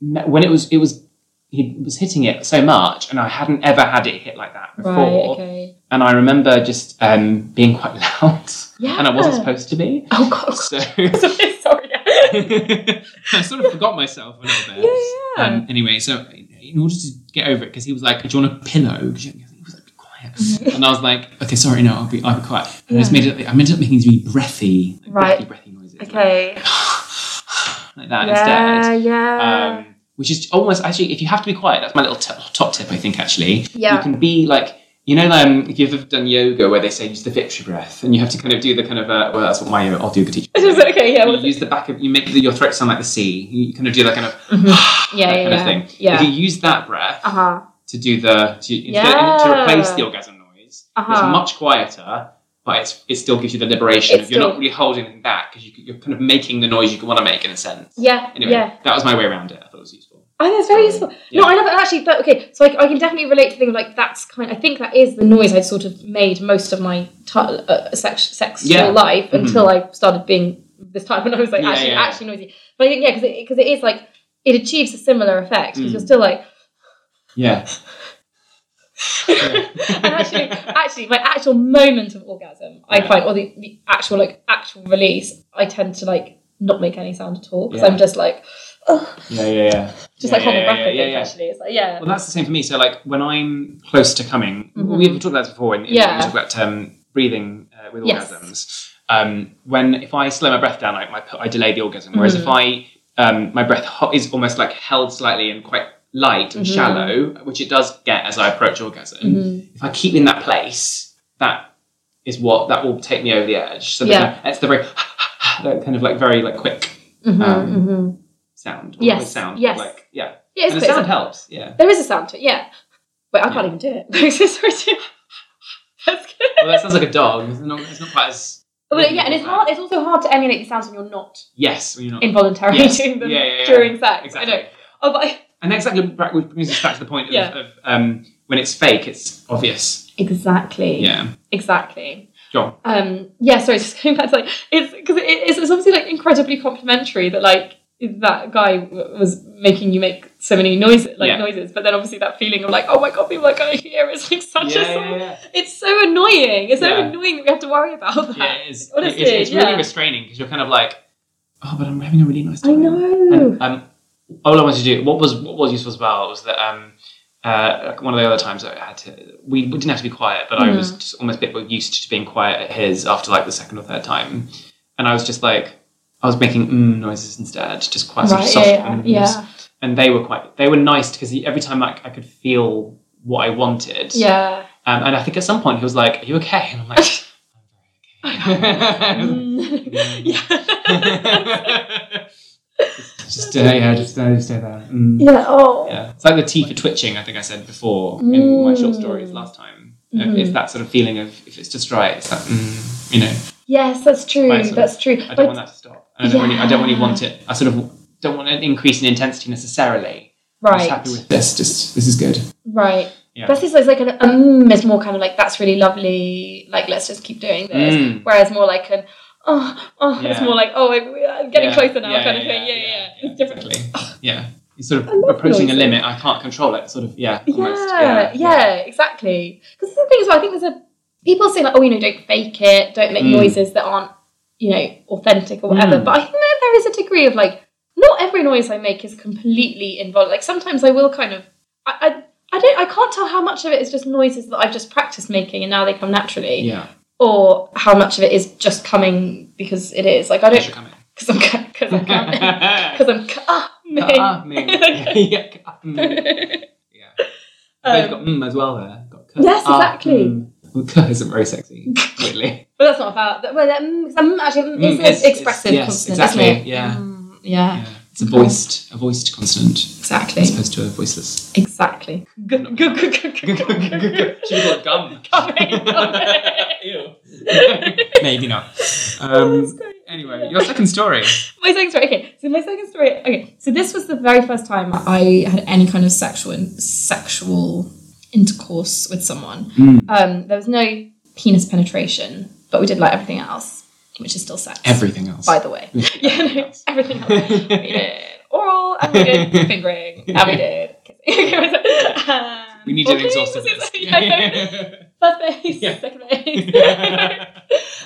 B: met- when it was it was he was hitting it so much, and I hadn't ever had it hit like that before.
C: Right. Okay.
B: And I remember just um, being quite loud,
C: Yeah.
B: and I wasn't supposed to be.
C: Oh God.
B: So
C: Sorry. Yeah.
B: I sort of forgot myself a little bit.
C: Yeah, yeah.
B: Um, anyway, so in order to get over it, because he was like, "Do you want a pillow?" 'Cause He was like, "Be
C: Mm-hmm.
B: quiet," and I was like, "Okay, sorry, no, I'll be, I'll be quiet." And I just made it. I ended up making these really breathy, like,
C: Right.
B: breathy, breathy noises, like-
C: Okay.
B: like that
C: Yeah.
B: instead.
C: Yeah.
B: Um, which is almost actually, if you have to be quiet, that's my little t- top tip. I think actually,
C: Yeah.
B: you can be like. You know, um, if you've ever done yoga where they say use the victory breath, and you have to kind of do the kind of uh, well, that's what my old yoga teacher.
C: Is it okay. Yeah.
B: you
C: what's it-
B: use the back of you make the, your throat sound like the sea. You kind of do that kind of
C: Yeah.
B: that
C: Mm-hmm. Yeah.
B: kind
C: yeah.
B: of thing.
C: Yeah.
B: If you use that breath
C: Uh huh.
B: to do the to,
C: Yeah.
B: to, to replace the orgasm noise, it's
C: Uh-huh.
B: much quieter, but it's, it still gives you the liberation.
C: It's
B: of you're not
C: still-
B: really holding anything back because you, you're kind of making the noise you want to make in a sense.
C: Yeah.
B: Anyway,
C: Yeah.
B: that was my way around it. I thought it was useful.
C: I think that's very useful. No,
B: Yeah.
C: I love it actually. That, okay, so I, I can definitely relate to things like that's kind. I think that is the noise I sort of made most of my t- uh, sex, sexual
B: Yeah.
C: life
B: Mhm.
C: until I started being this type, and I was like
B: Yeah,
C: actually
B: yeah, yeah.
C: actually noisy. But I think yeah, because because it is like it achieves a similar effect because
B: Mm.
C: you're still like
B: Yeah.
C: and actually actually my actual moment of orgasm I
B: Yeah.
C: find or the, the actual like actual release I tend to like not make any sound at all because
B: Yeah.
C: I'm just like
B: Yeah, yeah, yeah.
C: just
B: Yeah,
C: like hold my
B: yeah,
C: breath
B: yeah,
C: a bit,
B: yeah, yeah.
C: actually it's like yeah
B: Well, that's the same for me. So, like, when I'm close to coming,
C: Mhm.
B: we've talked about this before in, in
C: Yeah.
B: we talk about um, breathing uh, with
C: Yes.
B: orgasms. Um, when if I slow my breath down, I, my, I delay the orgasm. Whereas if
C: Mm-hmm.
B: I um, my breath ho- is almost like held slightly and quite light and
C: Mhm.
B: shallow, which it does get as I approach orgasm.
C: Mhm.
B: If I keep in that place, that is what that will take me over the edge. So
C: Yeah.
B: yeah. that's the very that kind of like very like quick
C: Mhm,
B: Um,
C: mhm.
B: sound.
C: Yes,
B: With sound.
C: yes.
B: Like yeah,
C: Yeah, it's
B: and the
C: quite
B: sound
C: a-
B: helps. Yeah.
C: There is a sound to it, yeah. Wait, I
B: Yeah.
C: can't even do it. Sorry to- That's good.
B: well, that sounds like a dog. It's not, it's not quite as
C: But yeah, and it's hard. It's also hard to emulate the sounds when you're not
B: Yes, when you're not
C: involuntarily
B: Yes.
C: doing them
B: Yeah, yeah, yeah.
C: during sex.
B: exactly.
C: I know. Oh, but I,
B: And exactly back- which brings us back to the point of,
C: Yeah.
B: of um, when it's fake, it's obvious.
C: exactly.
B: Yeah,
C: Exactly.
B: John.
C: Um. Yeah. Sorry. Just going back to like it's because it, it's, it's obviously like incredibly complimentary that like that guy w- was making you make so many noises like
B: Yeah.
C: noises, but then obviously that feeling of like oh my god, people are gonna hear it's like such a song.
B: yeah.
C: It's so annoying. It's so
B: Yeah.
C: annoying that we have to worry about that.
B: Yeah, it is.
C: Honestly,
B: it's it's
C: yeah.
B: really restraining because you're kind of like, oh, but I'm having a really nice
C: I
B: time.
C: know.
B: And, um, all I wanted to do, what was what was useful as well, was that um, uh, like one of the other times I had to, we, we didn't have to be quiet, but I was
C: Mm-hmm.
B: just almost a bit used to being quiet at his after like the second or third time, and I was just like, I was making mm noises instead, just quite sort of
C: Right,
B: soft
C: yeah,
B: mm.
C: yeah,
B: and they were quite they were nice because every time like I could feel what I wanted.
C: yeah.
B: Um, and I think at some point he was like, "Are you okay?" And I'm like, "I'm very okay."
C: Mm. yeah.
B: just uh, yeah, just uh, stay there. Mm.
C: yeah. Oh.
B: Yeah, it's like the T for twitching. I think I said before in my short stories last time.
C: Mm.
B: It's that sort of feeling of if it's just right, it's that mm, you know.
C: Yes, that's true.
B: Right, so
C: that's true.
B: I don't want
C: But,
B: that to stop. I don't really, I don't really want it. I sort of don't want an increase in intensity necessarily. I'm just
C: right.
B: happy with this. Just this is good.
C: Right.
B: Yeah.
C: That's just like an um. It's more kind of like that's really lovely. Like let's just keep doing this.
B: Mm.
C: Whereas more like an oh oh. It's
B: Yeah.
C: more like oh I, I'm getting
B: Yeah,
C: closer now
B: yeah,
C: kind of
B: yeah,
C: thing. Yeah, yeah.
B: yeah,
C: It's different. Oh.
B: Exactly. Yeah. It's sort
C: I love
B: of approaching a
C: noises.
B: limit. I can't control it. Sort of. Yeah.
C: Yeah,
B: Almost.
C: yeah, exactly. Because the thing is, well, I think there's a people say like, oh, you know, don't fake it, don't make
B: Mm.
C: noises that aren't, you know, authentic or whatever.
B: Mm.
C: But I think that there is a degree of like, not every noise I make is completely involved. Like sometimes I will kind of, I, I, I don't, I can't tell how much of it is just noises that I've just practiced making and now they come naturally,
B: Yeah.
C: or how much of it is just coming because it is. Like I
B: Pleasure
C: don't,
B: coming.
C: because I'm, because I'm, because
B: Because
C: I'm, coming.
B: yeah. ka- mm. Yeah. They've got mm as well there. Got ka-
C: Um, Yes,
B: ah,
C: exactly.
B: mm. Well, ka isn't very sexy, weirdly.
C: But that's not about. Well, that, mm, 'cause, mm, actually, mm,
B: Mm,
C: it's,
B: it's-
C: an expressive
B: it's- yes,
C: consonant,
B: exactly,
C: isn't it?
B: yeah.
C: Mm, yeah.
B: Yeah.
E: It's a voiced, a voiced consonant
C: Exactly.
E: as opposed to a voiceless.
C: Exactly. Good, good, good, good,
E: She
C: good, good, good,
E: got
C: good.
E: gum.
C: Coming, coming. Oh,
E: Ew. Maybe not. Um, anyway, your second story.
C: my second story. Okay, so my second story. Okay, so this was the very first time I had any kind of sexual sexual intercourse with someone. Um, there was no penis penetration, but we did like everything else, which is still sex.
E: Everything else.
C: by the way, yeah,
E: Everything
C: no,
E: else.
C: everything else. we did oral, and we did fingering, and we did. kissing. Um,
E: We need an
C: okay,
E: exhaustive
C: this is-
E: list.
C: yeah, no, First base,
E: Yeah.
C: second base.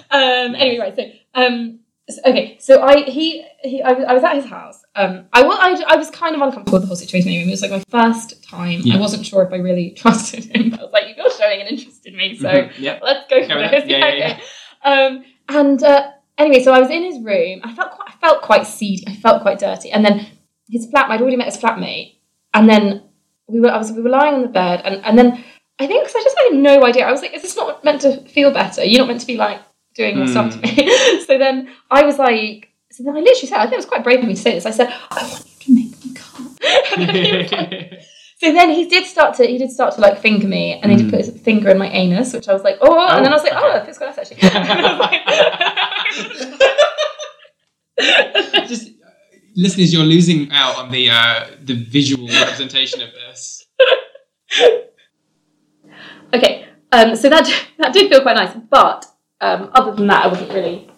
C: Um, anyway, right. So, um, so- okay. So I he he I was, I was at his house. Um, I was I, I was kind of uncomfortable with the whole situation. Anyway, it was like my first time.
E: Yeah.
C: I wasn't sure if I really trusted him. But I was like, you're showing an interest in me, so
E: Mhm. yeah.
C: let's go for
E: Go with
C: this.
E: that. Yeah, yeah,
C: okay. Um, and uh, anyway, so I was in his room. I felt quite, I felt quite seedy. I felt quite dirty. And then his flatmate, I'd already met his flatmate, and then we were, I was, we were lying on the bed, and and then I think because I just had no idea. I was like, is this not meant to feel better? You're not meant to be like doing your stuff to
E: Hmm.
C: me. so then I was like, so then I literally said, I think it was quite brave of me to say this. I said, I want you to make me come. and then he was like, so then he did start to he did start to like finger me, and he did
E: Mm.
C: put his finger in my anus, which I was like, oh, and then I was like, oh,
E: okay.
C: that feels quite nice actually. And I was like-
E: Just uh, listeners, you're losing out on the uh, the visual representation of this.
C: okay, um, so that that did feel quite nice, but um, other than that, I wasn't really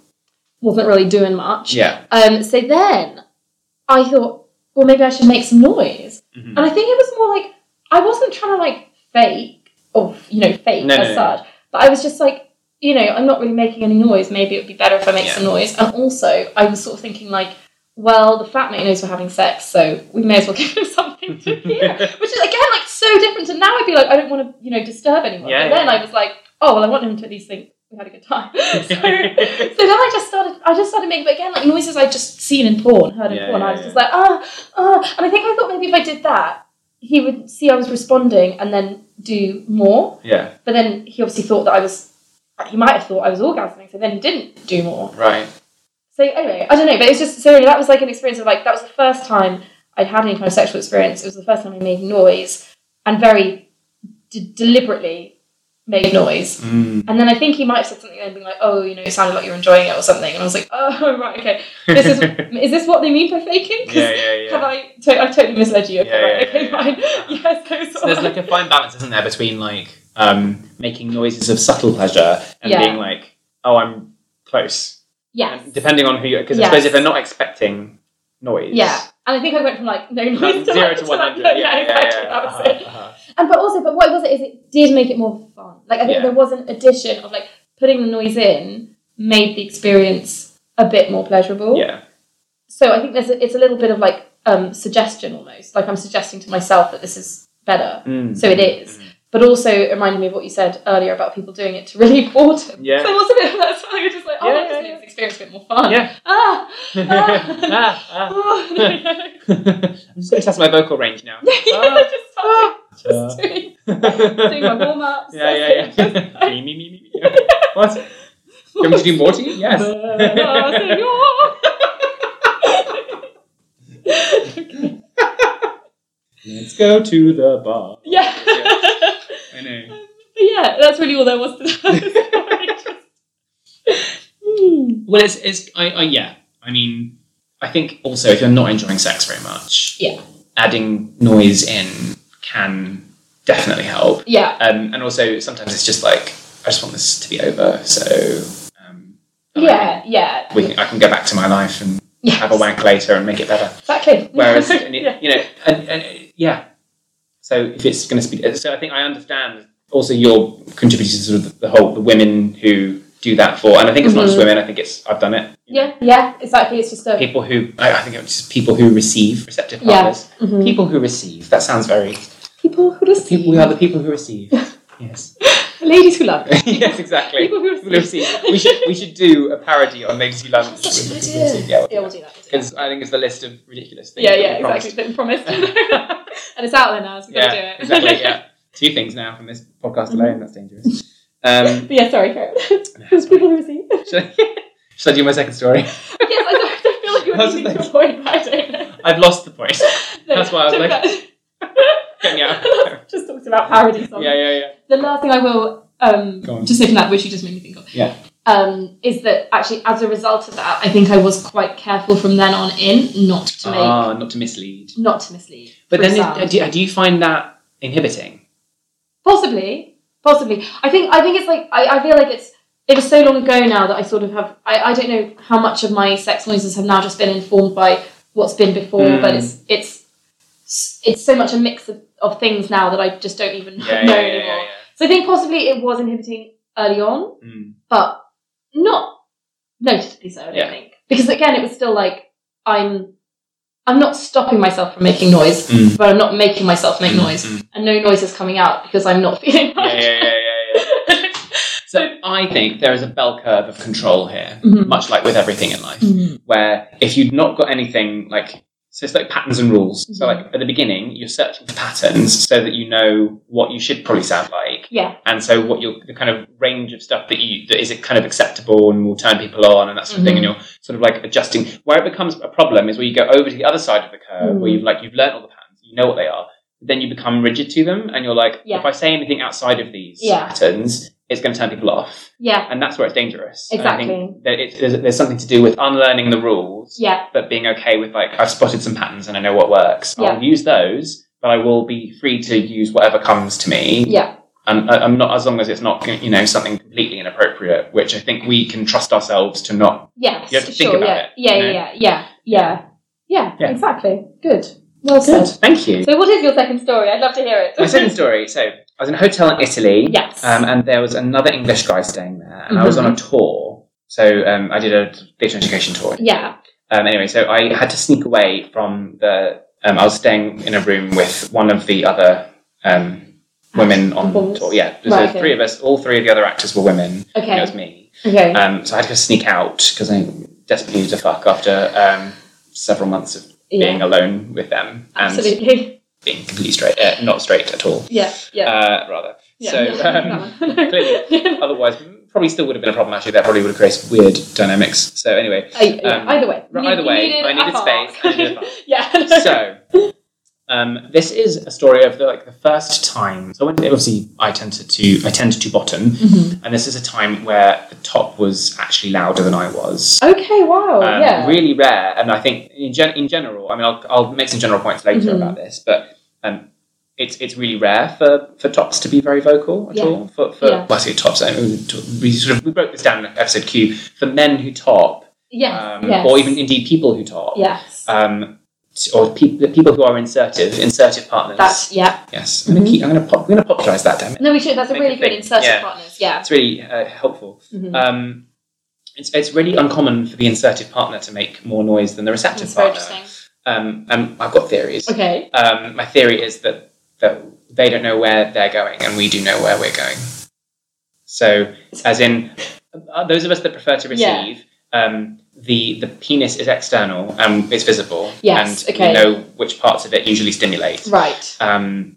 C: wasn't really doing much.
E: Yeah.
C: Um, so then I thought, well, maybe I should make some noise,
E: Mhm.
C: and I think it was more like I wasn't trying to like fake or you know fake
E: No, no,
C: as
E: no.
C: such, but I was just like, you know, I'm not really making any noise. Maybe it would be better if I make
E: Yeah.
C: some noise. And also, I was sort of thinking like, well, the flatmate knows we're having sex, so we may as well give him something to hear, which is again like so different. to now I'd be like, I don't want to you know disturb anyone.
E: Yeah,
C: but then
E: yeah.
C: I was like, oh well, I want him to at least think we had a good time. so so then I just started, I just started making, but again, like noises I'd just seen in porn, heard in
E: Yeah,
C: porn.
E: yeah,
C: I was
E: yeah.
C: just like, ah, ah. And I think I thought maybe if I did that, he would see I was responding and then do more.
E: yeah.
C: But then he obviously thought that I was, he might have thought I was orgasming, so then he didn't do more.
E: Right.
C: So anyway, I don't know, but it's just, so anyway, that was like an experience of like, that was the first time I'd had any kind of sexual experience. It was the first time I made noise and very d- deliberately made noise.
B: Mm.
C: And then I think he might have said something and been like, "Oh, you know, it sounded like you were enjoying it or something." And I was like, "Oh, right, okay. This is is this what they mean by faking? 'Cause
B: Yeah, yeah, yeah.
C: Have I? To- I totally misled you. Okay,
B: Yeah,
C: right,
B: yeah,
C: okay,
B: yeah,
C: fine.
B: yeah.
C: Yes, I was
B: So there's like a fine balance, isn't there, between like um, making noises of subtle pleasure and
C: Yeah.
B: being like, oh, I'm close.
C: yes,
B: Depending on who you, because
C: Yes.
B: I suppose if they're not expecting noise, um,
C: yeah. And I think I went from like no noise to
B: zero
C: like,
B: to one
C: like,
B: hundred,
C: no,
B: yeah, yeah,
C: exactly.
B: yeah,
C: That was
B: uh-huh,
C: it.
B: uh-huh.
C: And but also, but what was it is it did make it more fun. Like I think
B: Yeah.
C: there was an addition of like putting the noise in made the experience a bit more pleasurable.
B: yeah,
C: so I think there's a, it's a little bit of like um, suggestion almost. Like I'm suggesting to myself that this is better, so
B: Mm.
C: it is.
B: Mm-hmm.
C: But also it reminded me of what you said earlier about people doing it to relieve boredom.
B: Yeah.
C: So it was a bit of that. So I was just like, oh,
B: Yeah,
C: that
B: yeah,
C: just
B: yeah.
C: makes the experience a bit more fun.
B: Yeah.
C: Ah. ah,
B: Ah, ah.
C: oh, no, no.
B: I'm just going to test my vocal range now.
C: yeah, just, started,
B: Ah.
C: just doing, doing my
B: yeah,
C: warm ups.
B: yeah, yeah. me, me, me, me. me. What? Do you want me to do more to you? Yes.
C: er
B: Let's go to the bar.
C: yeah.
B: I know.
C: But yeah, that's really all there was to that. Hmm.
B: Well, it's it's I, I yeah. I mean, I think also if you're not enjoying sex very much,
C: Yeah.
B: adding noise in can definitely help.
C: yeah,
B: Um, and also sometimes it's just like I just want this to be over, so um, I
C: yeah, yeah.
B: can- we can, I can go back to my life and
C: Yes.
B: have a wank later and make it better.
C: Exactly.
B: Whereas and it-
C: yeah.
B: you know, and, and uh, yeah. So if it's going to be, so I think I understand. Also, you're contributing to sort of the whole the women who do that for, and I think it's not just
C: Mhm.
B: women. I think it's I've done it. you know.
C: yeah, yeah, exactly. It's just a
B: people who I, I think it's just people who receive receptive
C: Yeah.
B: partners.
C: Mhm.
B: People who receive. That sounds very.
C: people who
B: the
C: receive,
B: People, we are the people who receive. Yes.
C: ladies who love.
B: yes, exactly.
C: People who
B: People who
C: receive.
B: receive. We should we should do a parody on Ladies Who Love.
C: That's such a good
B: People who
C: idea.
B: receive, Yeah,
C: Yeah, we'll do that. We'll do that.
B: because I think it's the list of ridiculous things.
C: Yeah,
B: that we
C: yeah, exactly.
B: promised.
C: That we promised. and it's out there now, so we've got to do
B: Yeah,
C: it. Mm-hmm.
B: exactly. Yeah, two things now from this podcast alone. That's dangerous. Um,
C: But yeah, sorry, Karen. There's people who receive.
B: should, I, should I do my second story?
C: yes, I don't, I don't feel like you're
B: I was
C: needing to
B: just
C: avoid that, I don't know.
B: I've lost the point. That's why I was
C: took
B: like-
C: that-
B: Get me out.
C: just talked about parody songs.
B: Yeah, yeah, yeah.
C: The last thing I will um,
B: Go on.
C: just say from that, which you just made me think of,
B: Yeah.
C: um, is that actually as a result of that, I think I was quite careful from then on in not to make,
B: Ah, not to mislead.
C: not to mislead.
B: But
C: for
B: then,
C: example.
B: it, do, do you find that inhibiting?
C: Possibly, possibly. I think I think it's like I, I feel like it's it was so long ago now that I sort of have I, I don't know how much of my sex noises have now just been informed by what's been before,
B: Mm.
C: but it's it's it's so much a mix of, of things now that I just don't even know anymore. So I think possibly it was inhibiting early on,
B: Mm.
C: but not noticeably so. I don't
B: Yeah.
C: think because again it was still like I'm I'm not stopping myself from making noise,
B: Mm.
C: but I'm not making myself make noise,
B: Mm.
C: and no noise is coming out because I'm not feeling
B: Yeah, yeah,
C: right.
B: yeah, yeah, yeah. So I think there is a bell curve of control here,
C: Mhm.
B: much like with everything in life,
C: Mhm.
B: where if you've not got anything like so it's like patterns and rules. So like at the beginning, you're searching for patterns so that you know what you should probably sound like,
C: yeah,
B: and so what your the kind of range of stuff that you that is kind of acceptable and will turn people on and that sort of thing. And you're sort of like adjusting. Where it becomes a problem is where you go over to the other side of the curve, where
C: Mm.
B: you've like you've learned all the patterns, you know what they are, then you become rigid to them, and you're like,
C: Yeah.
B: if I say anything outside of these
C: Yeah.
B: patterns, it's going to turn people off
C: yeah,
B: and that's where it's dangerous. And I think
C: Exactly.
B: that it, there's, there's something to do with unlearning the rules,
C: yeah,
B: but being okay with like I've spotted some patterns and I know what works.
C: Yeah.
B: I'll use those, but I will be free to use whatever comes to me.
C: yeah,
B: And I, I'm not as long as it's not you know something completely inappropriate, which I think we can trust ourselves to not.
C: yes,
B: You have to think
C: sure,
B: about
C: yeah.
B: it,
C: yeah,
B: you know?
C: yeah, yeah, yeah, yeah,
B: Yeah.
C: exactly. Good, well said.
B: Thank you.
C: So, what is your second story? I'd love to hear
B: My
C: it.
B: second story. So I was in a hotel in Italy.
C: yes.
B: Um, and there was another English guy staying there, and I was
C: Mhm.
B: on a tour. So um, I did a theatre education tour.
C: yeah.
B: Um, anyway, so I had to sneak away from the. Um, I was staying in a room with one of the other um, women on
C: Performers.
B: tour. Yeah, so
C: Right, okay.
B: three of us, all three of the other actors were women. and
C: Okay.
B: it was me.
C: Okay.
B: Um, so I had to go sneak out because I desperately needed a fuck after um, several months of being um,
C: yeah.
B: alone with them and
C: Absolutely.
B: being completely straight, uh, not straight at all,
C: Yeah. Yeah.
B: uh, rather.
C: yeah.
B: So. Um,
C: That one.
B: Otherwise, probably still would have been a problem. Actually, that probably would have created weird dynamics. So anyway,
C: Uh, yeah,
B: um,
C: either way.
B: right,
C: You-
B: either
C: you
B: way, I needed
C: a
B: space,
C: park.
B: I needed a park.
C: yeah.
B: so um, this is a story of the, like the first time. So when obviously I tend to, to I tend to bottom,
C: Mm-hmm.
B: and this is a time where the top was actually louder than I was.
C: Okay. Wow.
B: Um,
C: Oh, yeah.
B: Really rare, and I think in, gen- in general, I mean, I'll, I'll make some general points later
C: Mhm.
B: about this, but um, it's it's really rare for, for tops to be very vocal at
C: Yeah.
B: all. For, for
C: Yeah.
B: well, I say tops, I mean, we sort of we broke this down in episode Q for men who top,
C: yes.
B: um,
C: yes.
B: or even indeed people who top,
C: Yes.
B: um, t- or peop the people who are insertive, insertive partners.
C: that's Mm-hmm. yeah.
B: yes. I'm gonna keep. I'm gonna pop. I'm gonna popularize that. Damn it.
C: No, we should. That's a
B: Make
C: really
B: it
C: good
B: think.
C: insertive
B: Yeah.
C: partners. Yeah.
B: It's really uh, helpful.
C: Mhm.
B: Um, it's it's really uncommon for the insertive partner to make more noise than the receptive
C: That's very
B: partner.
C: interesting.
B: Um, and I've got theories.
C: Okay.
B: Um, my theory is that that they don't know where they're going, and we do know where we're going. So, as in, uh, those of us that prefer to
C: Yeah.
B: receive. Um, the, the penis is external and it's visible,
C: Yes,
B: and
C: okay.
B: we know which parts of it usually stimulate.
C: Right.
B: Um,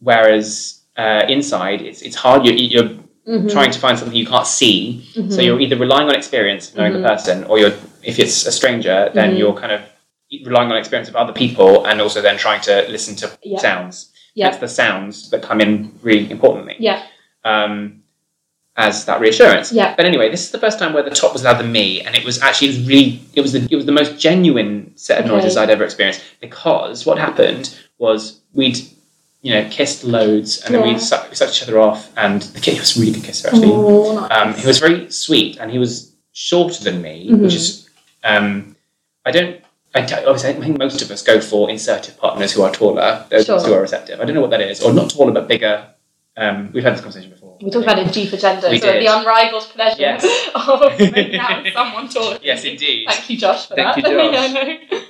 B: whereas uh, inside, it's, it's hard. You're, you're
C: Mhm.
B: trying to find something you can't see, so
C: Mhm.
B: you're either relying on experience of knowing
C: Mhm.
B: the person, or you're if it's a stranger, then
C: Mhm.
B: you're kind of relying on experience of other people, and also then trying to listen to
C: Yeah.
B: sounds.
C: Yeah.
B: It's the sounds that come in really importantly.
C: Yeah.
B: Um, as that reassurance.
C: Yeah.
B: But anyway, this is the first time where the top was louder than me, and it was actually it was really it was the it was the most genuine set of
C: Okay.
B: noises I'd ever experienced because what happened was we'd you know kissed loads and then
C: Yeah.
B: we'd suck, we sucked each other off, and the kid was a really good kisser actually.
C: Oh, nice.
B: Um, he was very sweet, and he was shorter than me,
C: Mhm.
B: which is um, I don't. I don't- obviously, I think most of us go for insertive partners who are taller, those
C: Sure.
B: who are receptive. I don't know what that is, or not taller but bigger. Um, we've had this conversation before.
C: we talked about it in G for gender,
B: We
C: so
B: did.
C: the unrivaled pleasure
B: Yes.
C: of making out with someone taller. than
B: Yes,
C: you.
B: indeed.
C: Thank you, Josh, for
B: Thank
C: that.
B: you, Josh.
C: yeah, I know.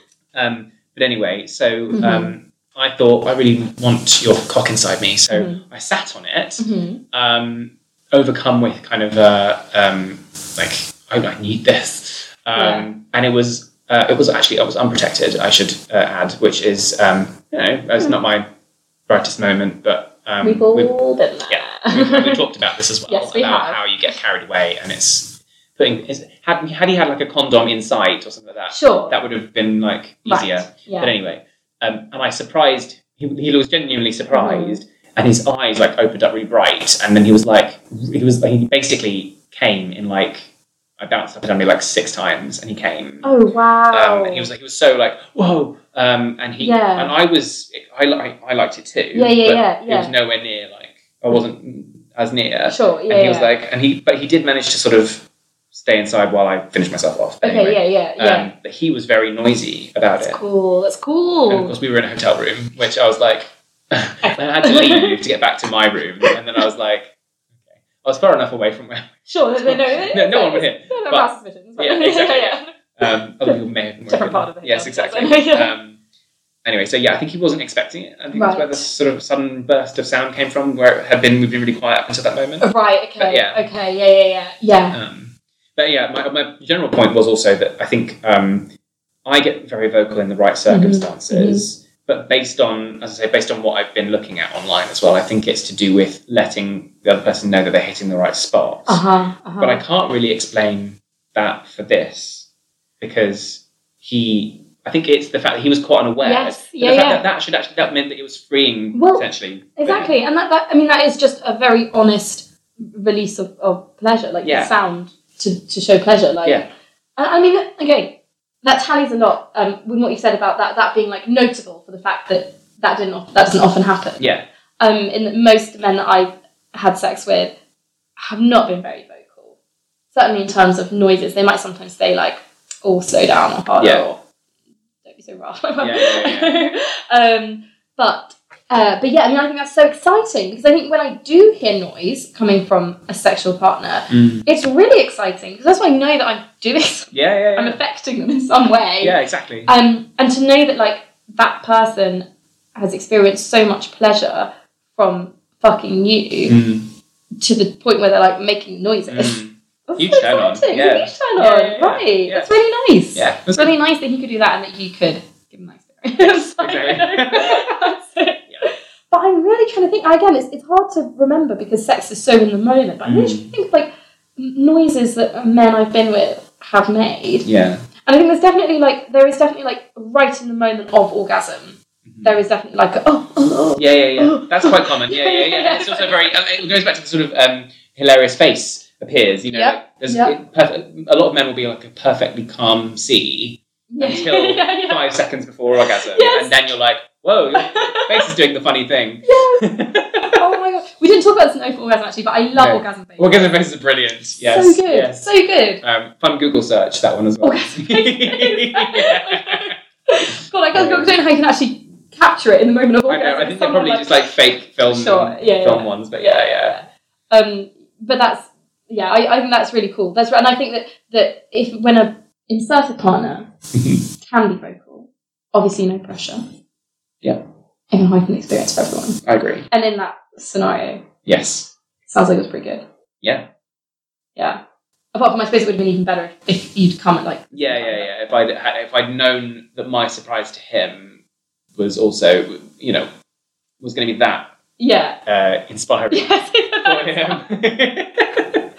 B: Um, but anyway, so
C: Mm-hmm.
B: um, I thought I really want your cock inside me, so
C: Mm-hmm.
B: I sat on it,
C: Mhm.
B: um, overcome with kind of uh, um, like I, I need this, um,
C: Yeah.
B: and it was uh, it was actually I was unprotected. I should uh, add, which is um, you know it's not my brightest moment, but um,
C: Hmm. We've all been there.
B: yeah, we, we talked about this as well
C: Yes, we
B: about
C: have.
B: how you get carried away and it's putting is, had had he had like a condom inside or something like that,
C: Sure.
B: that would have been like
C: Right.
B: easier. But
C: Yeah.
B: anyway, um, and I surprised. He, he was genuinely surprised,
C: Mm-hmm.
B: and his eyes like opened up really bright, and then he was like, he was he basically came in like I bounced up and down maybe like six times, and he came.
C: Oh wow.
B: Um, and he was like, he was so like, whoa, um, and he,
C: Yeah.
B: and I was, I, li- I liked it too.
C: Yeah, yeah,
B: but
C: yeah,
B: It was
C: yeah.
B: nowhere near like I wasn't as near.
C: sure. Yeah.
B: and he
C: yeah.
B: was like, and he, but he did manage to sort of stay inside while I finished myself off. But
C: okay.
B: anyway,
C: Yeah. Yeah. Yeah.
B: Um, but he was very noisy about it.
C: that's cool. That's
B: And of
C: cool.
B: course, we were in a hotel room, which I was like, I had to leave to get back to my room, and then I was like, okay, I was far enough away from where.
C: Sure. No. No.
B: No, no one would hear.
C: No, no,
B: But-
C: mass suspicions, but-
B: yeah, exactly,
C: yeah.
B: Um, other people may have been
C: Different part of the
B: Yes,
C: hotel,
B: exactly.
C: so-
B: um, anyway, so yeah, I think he wasn't expecting it. I think that's
C: Right.
B: where this sort of sudden burst of sound came from, where it had been we've been really quiet up until that moment.
C: Right.
B: But
C: Okay.
B: yeah.
C: Okay. Yeah. Yeah. Yeah.
B: Um, but yeah, my, my general point was also that I think um, I get very vocal in the right
C: Mm-hmm.
B: circumstances, but based on, as I say, based on what I've been looking at online as well, I think it's to do with letting the other person know that they're hitting the right spots.
C: Uh huh. Uh
B: But I
C: huh.
B: can't really explain that for this because he, I think it's the fact that he was quite unaware.
C: Yes,
B: But
C: yeah,
B: the fact
C: yeah.
B: That, that should actually that meant that it was freeing
C: Well,
B: essentially. for him.
C: Exactly. And that, that. I mean, that is just a very honest release of, of pleasure, like
B: Yeah.
C: the sound to, to show pleasure. Like.
B: Yeah.
C: I I mean, okay, that tallies a lot um, with what you said about that that being like notable for the fact that that didn't of- that doesn't often happen.
B: Yeah.
C: Um, in that most men that I've had sex with have not been very vocal. Certainly in terms of noises, they might sometimes say like, "Oh, slow down," or "Harder,"
B: Yeah.
C: or "Don't be so rough."
B: yeah,
C: um, but uh, but yeah, I mean, I think that's so exciting because I think when I do hear noise coming from a sexual partner,
B: Mm.
C: it's really exciting because that's when I know that I'm doing something.
B: Yeah, yeah, yeah.
C: I'm affecting them in some way.
B: yeah, exactly.
C: Um, and to know that like that person has experienced so much pleasure from fucking you
B: Mm,
C: to the point where they're like making noises.
B: mm.
C: That's
B: Huge
C: so
B: turn on,
C: exciting.
B: yeah.
C: Huge turn
B: Yeah,
C: on.
B: yeah, yeah,
C: Right.
B: yeah.
C: That's really nice.
B: Yeah.
C: It's really nice that he could do that and that you could give him that experience. Like,
B: Exactly.
C: that's it.
B: Yeah.
C: But I'm really trying to think. Again, it's, it's hard to remember because sex is so in the moment. But I'm really
B: Mm.
C: trying to think of, like m- noises that men I've been with have made.
B: Yeah.
C: And I think there's definitely like there is definitely like right in the moment of orgasm, there is definitely like a, oh, oh,
B: Yeah, yeah, yeah. That's quite common. Yeah, yeah, yeah. And It's also very. um, It goes back to the sort of um, hilarious face appears. You know,
C: Yep,
B: like, there's
C: yep.
B: it- perfect, a lot of men will be like a perfectly calm C
C: oh.
B: until
C: yeah, yeah.
B: five seconds before orgasm,
C: Yes.
B: and then you're like, whoa, your face is doing the funny thing.
C: oh my god, we didn't talk about snowfall orgasm actually, but I love
B: No.
C: orgasm. Baby.
B: orgasm face is brilliant. Yes.
C: so good,
B: Yes.
C: so good.
B: Um, fun Google search that one as well.
C: Orgasm face. God, I guess
B: Yeah.
C: I don't know how you can actually capture it in the moment of
B: I
C: orgasm.
B: know. I think they're
C: Someone,
B: probably just like fake film,
C: Sure, yeah,
B: film
C: yeah.
B: ones, but yeah, yeah.
C: Um, but that's yeah, I, I think that's really cool. That's right, and I think that that if when a inserted partner can be vocal, obviously no pressure.
B: Yeah.
C: it can heighten the experience for everyone.
B: I agree.
C: And in that scenario,
B: Yes.
C: sounds like it was pretty good.
B: Yeah.
C: Yeah. Apart from, I suppose it would have been even better if you'd come at like
B: Yeah, yeah, yeah. If I'd had, if I'd known that my surprise to him was also, you know, was going to be that
C: yeah.
B: uh, inspiring for
C: Yes.
B: him,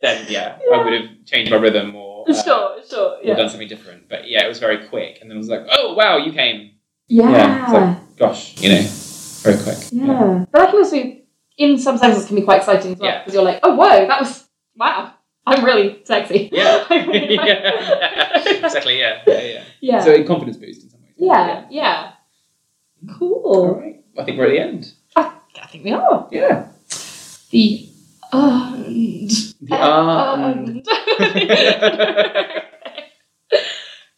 B: then yeah, I would have changed my rhythm or, uh,
C: sure. Sure.
B: or
C: Yeah.
B: done something different. But yeah, it was very quick, and then it was like, oh wow, you came.
C: Yeah.
B: Yeah, it's
C: yeah.
B: like- Gosh, you know, very quick.
C: But that can also, in some senses, can be quite exciting as well
B: Yeah.
C: because you're like, oh whoa, that was wow, I'm really sexy.
B: Yeah.
C: I'm really-
B: yeah. exactly. Yeah. Yeah. Yeah.
C: yeah.
B: So a confidence boost in some ways.
C: yeah. Yeah.
B: All
C: Cool.
B: right. I think we're at the end.
C: I think we are
B: Yeah.
C: the. Um,
B: The
C: Uh,
B: um,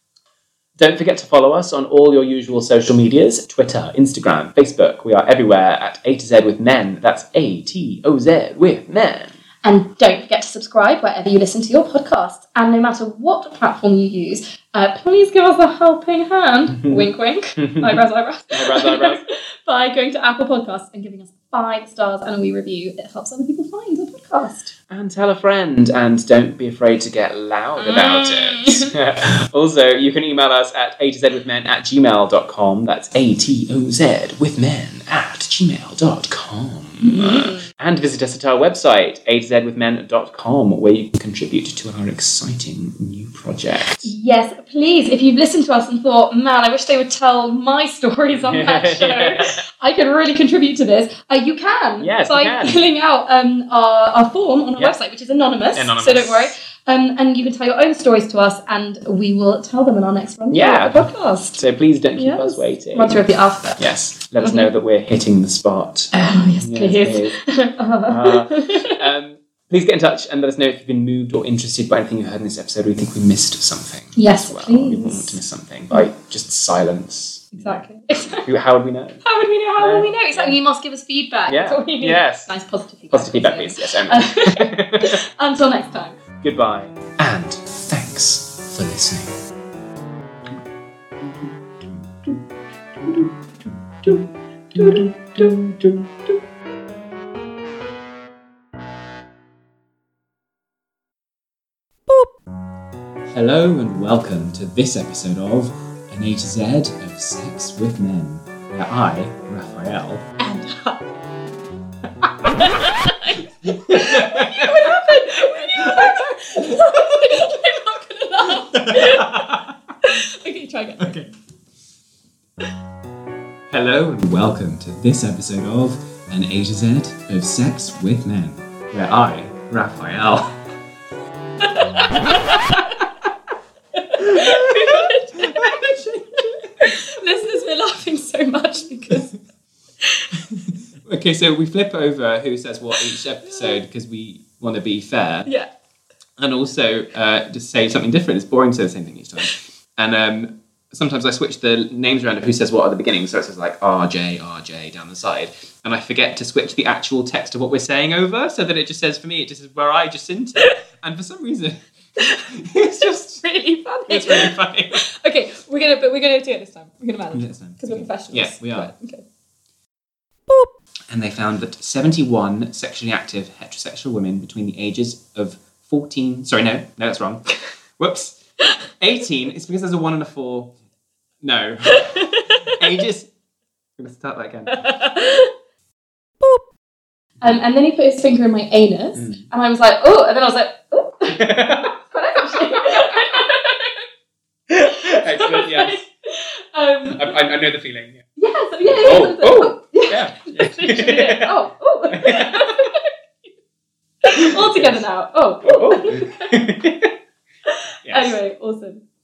B: Don't forget to follow us on all your usual social medias Twitter, Instagram, Facebook. We are everywhere at A to Z with men. That's A T O Z with men.
C: And don't forget to subscribe wherever you listen to your podcasts. And no matter what platform you use, uh, please give us a helping hand. wink, wink. Eyebrows, eyebrows.
B: Eyebrows, eyebrows.
C: By going to Apple Podcasts and giving us five stars and a wee review. It helps other people find the podcast.
B: And tell a friend, and don't be afraid to get loud about
C: Mm.
B: it. also, you can email us at a to z with men at gmail.com. That's A T O Z with men
D: at gmail.com.
C: Mm.
D: And visit us at our website, a to z with men.com, where you can contribute to our exciting new project.
C: Yes, please. If you've listened to us and thought, man, I wish they would tell my stories on that show, I could really contribute to this. Uh, you can
D: Yes,
C: by
D: you can.
C: filling out um, our, our form on our
D: Yeah.
C: website, which is anonymous,
D: Anonymous.
C: so don't worry. Um, and you can tell your own stories to us, and we will tell them in our next run
D: Yeah.
C: of the podcast.
D: So please don't keep
C: Yes.
D: us waiting.
C: Run through the alphabet.
D: Yes, let us know that we're hitting the spot.
C: Oh, yes,
D: Yes,
C: please.
D: Uh, Um, please get in touch and let us know if you've been moved or interested by anything you heard in this episode. We think we missed something.
C: yes,
D: as well. We wouldn't want to
C: please.
D: miss something by just silence.
C: Exactly.
D: Who? How would we know?
C: How would we know? How
D: Yeah.
C: will we know? Exactly. You must give us feedback. That's
D: Yeah.
C: all we need.
D: Yes.
C: Nice positive feedback.
D: Positive feedback, please. Yes, Emily.
C: Until next time.
D: Goodbye. And thanks for listening.
B: Hello and welcome to this episode of An A to Z of Sex with Men, where I, Raphael,
C: I'm not gonna laugh. okay, try again.
B: Okay. Hello and welcome to this episode of An A to Z of Sex with Men, where I, Raphael,
C: Listeners, we're laughing so much because
B: Okay, so we flip over who says what each episode because we want to be fair
C: yeah,
B: and also uh, just say something different. It's boring to say the same thing each time. And um, sometimes I switch the names around of who says what at the beginning. So it says like RJ, RJ down the side. And I forget to switch the actual text of what we're saying over so that it just says for me, it just says where I Jacinta. And for some reason, it's just,
C: really funny.
B: it's really funny.
C: Okay, we're gonna but we're gonna do it this time. We're gonna manage
B: Next time.
C: because we're
B: Okay.
C: professionals.
B: Yeah, we are.
C: Okay.
B: and they found that 71 sexually active heterosexual women between the ages of 14 sorry no no that's wrong whoops 18 it's because there's a 1 and a 4 no ages i'm going to start that again
C: Um, and then he put his finger in my anus, and I was like, oh, and then I was like, oh, quite nice actually.
D: Excellent, yes.
C: um,
D: I, I, I know the feeling. Yeah.
C: yes, yeah,
D: Oh,
C: yeah, yeah. I
D: oh,
C: was like, yeah.
D: Yeah.
C: Literally it. Oh, oh. All together now. Oh.
D: Oh, oh. Yes.
C: Anyway, awesome.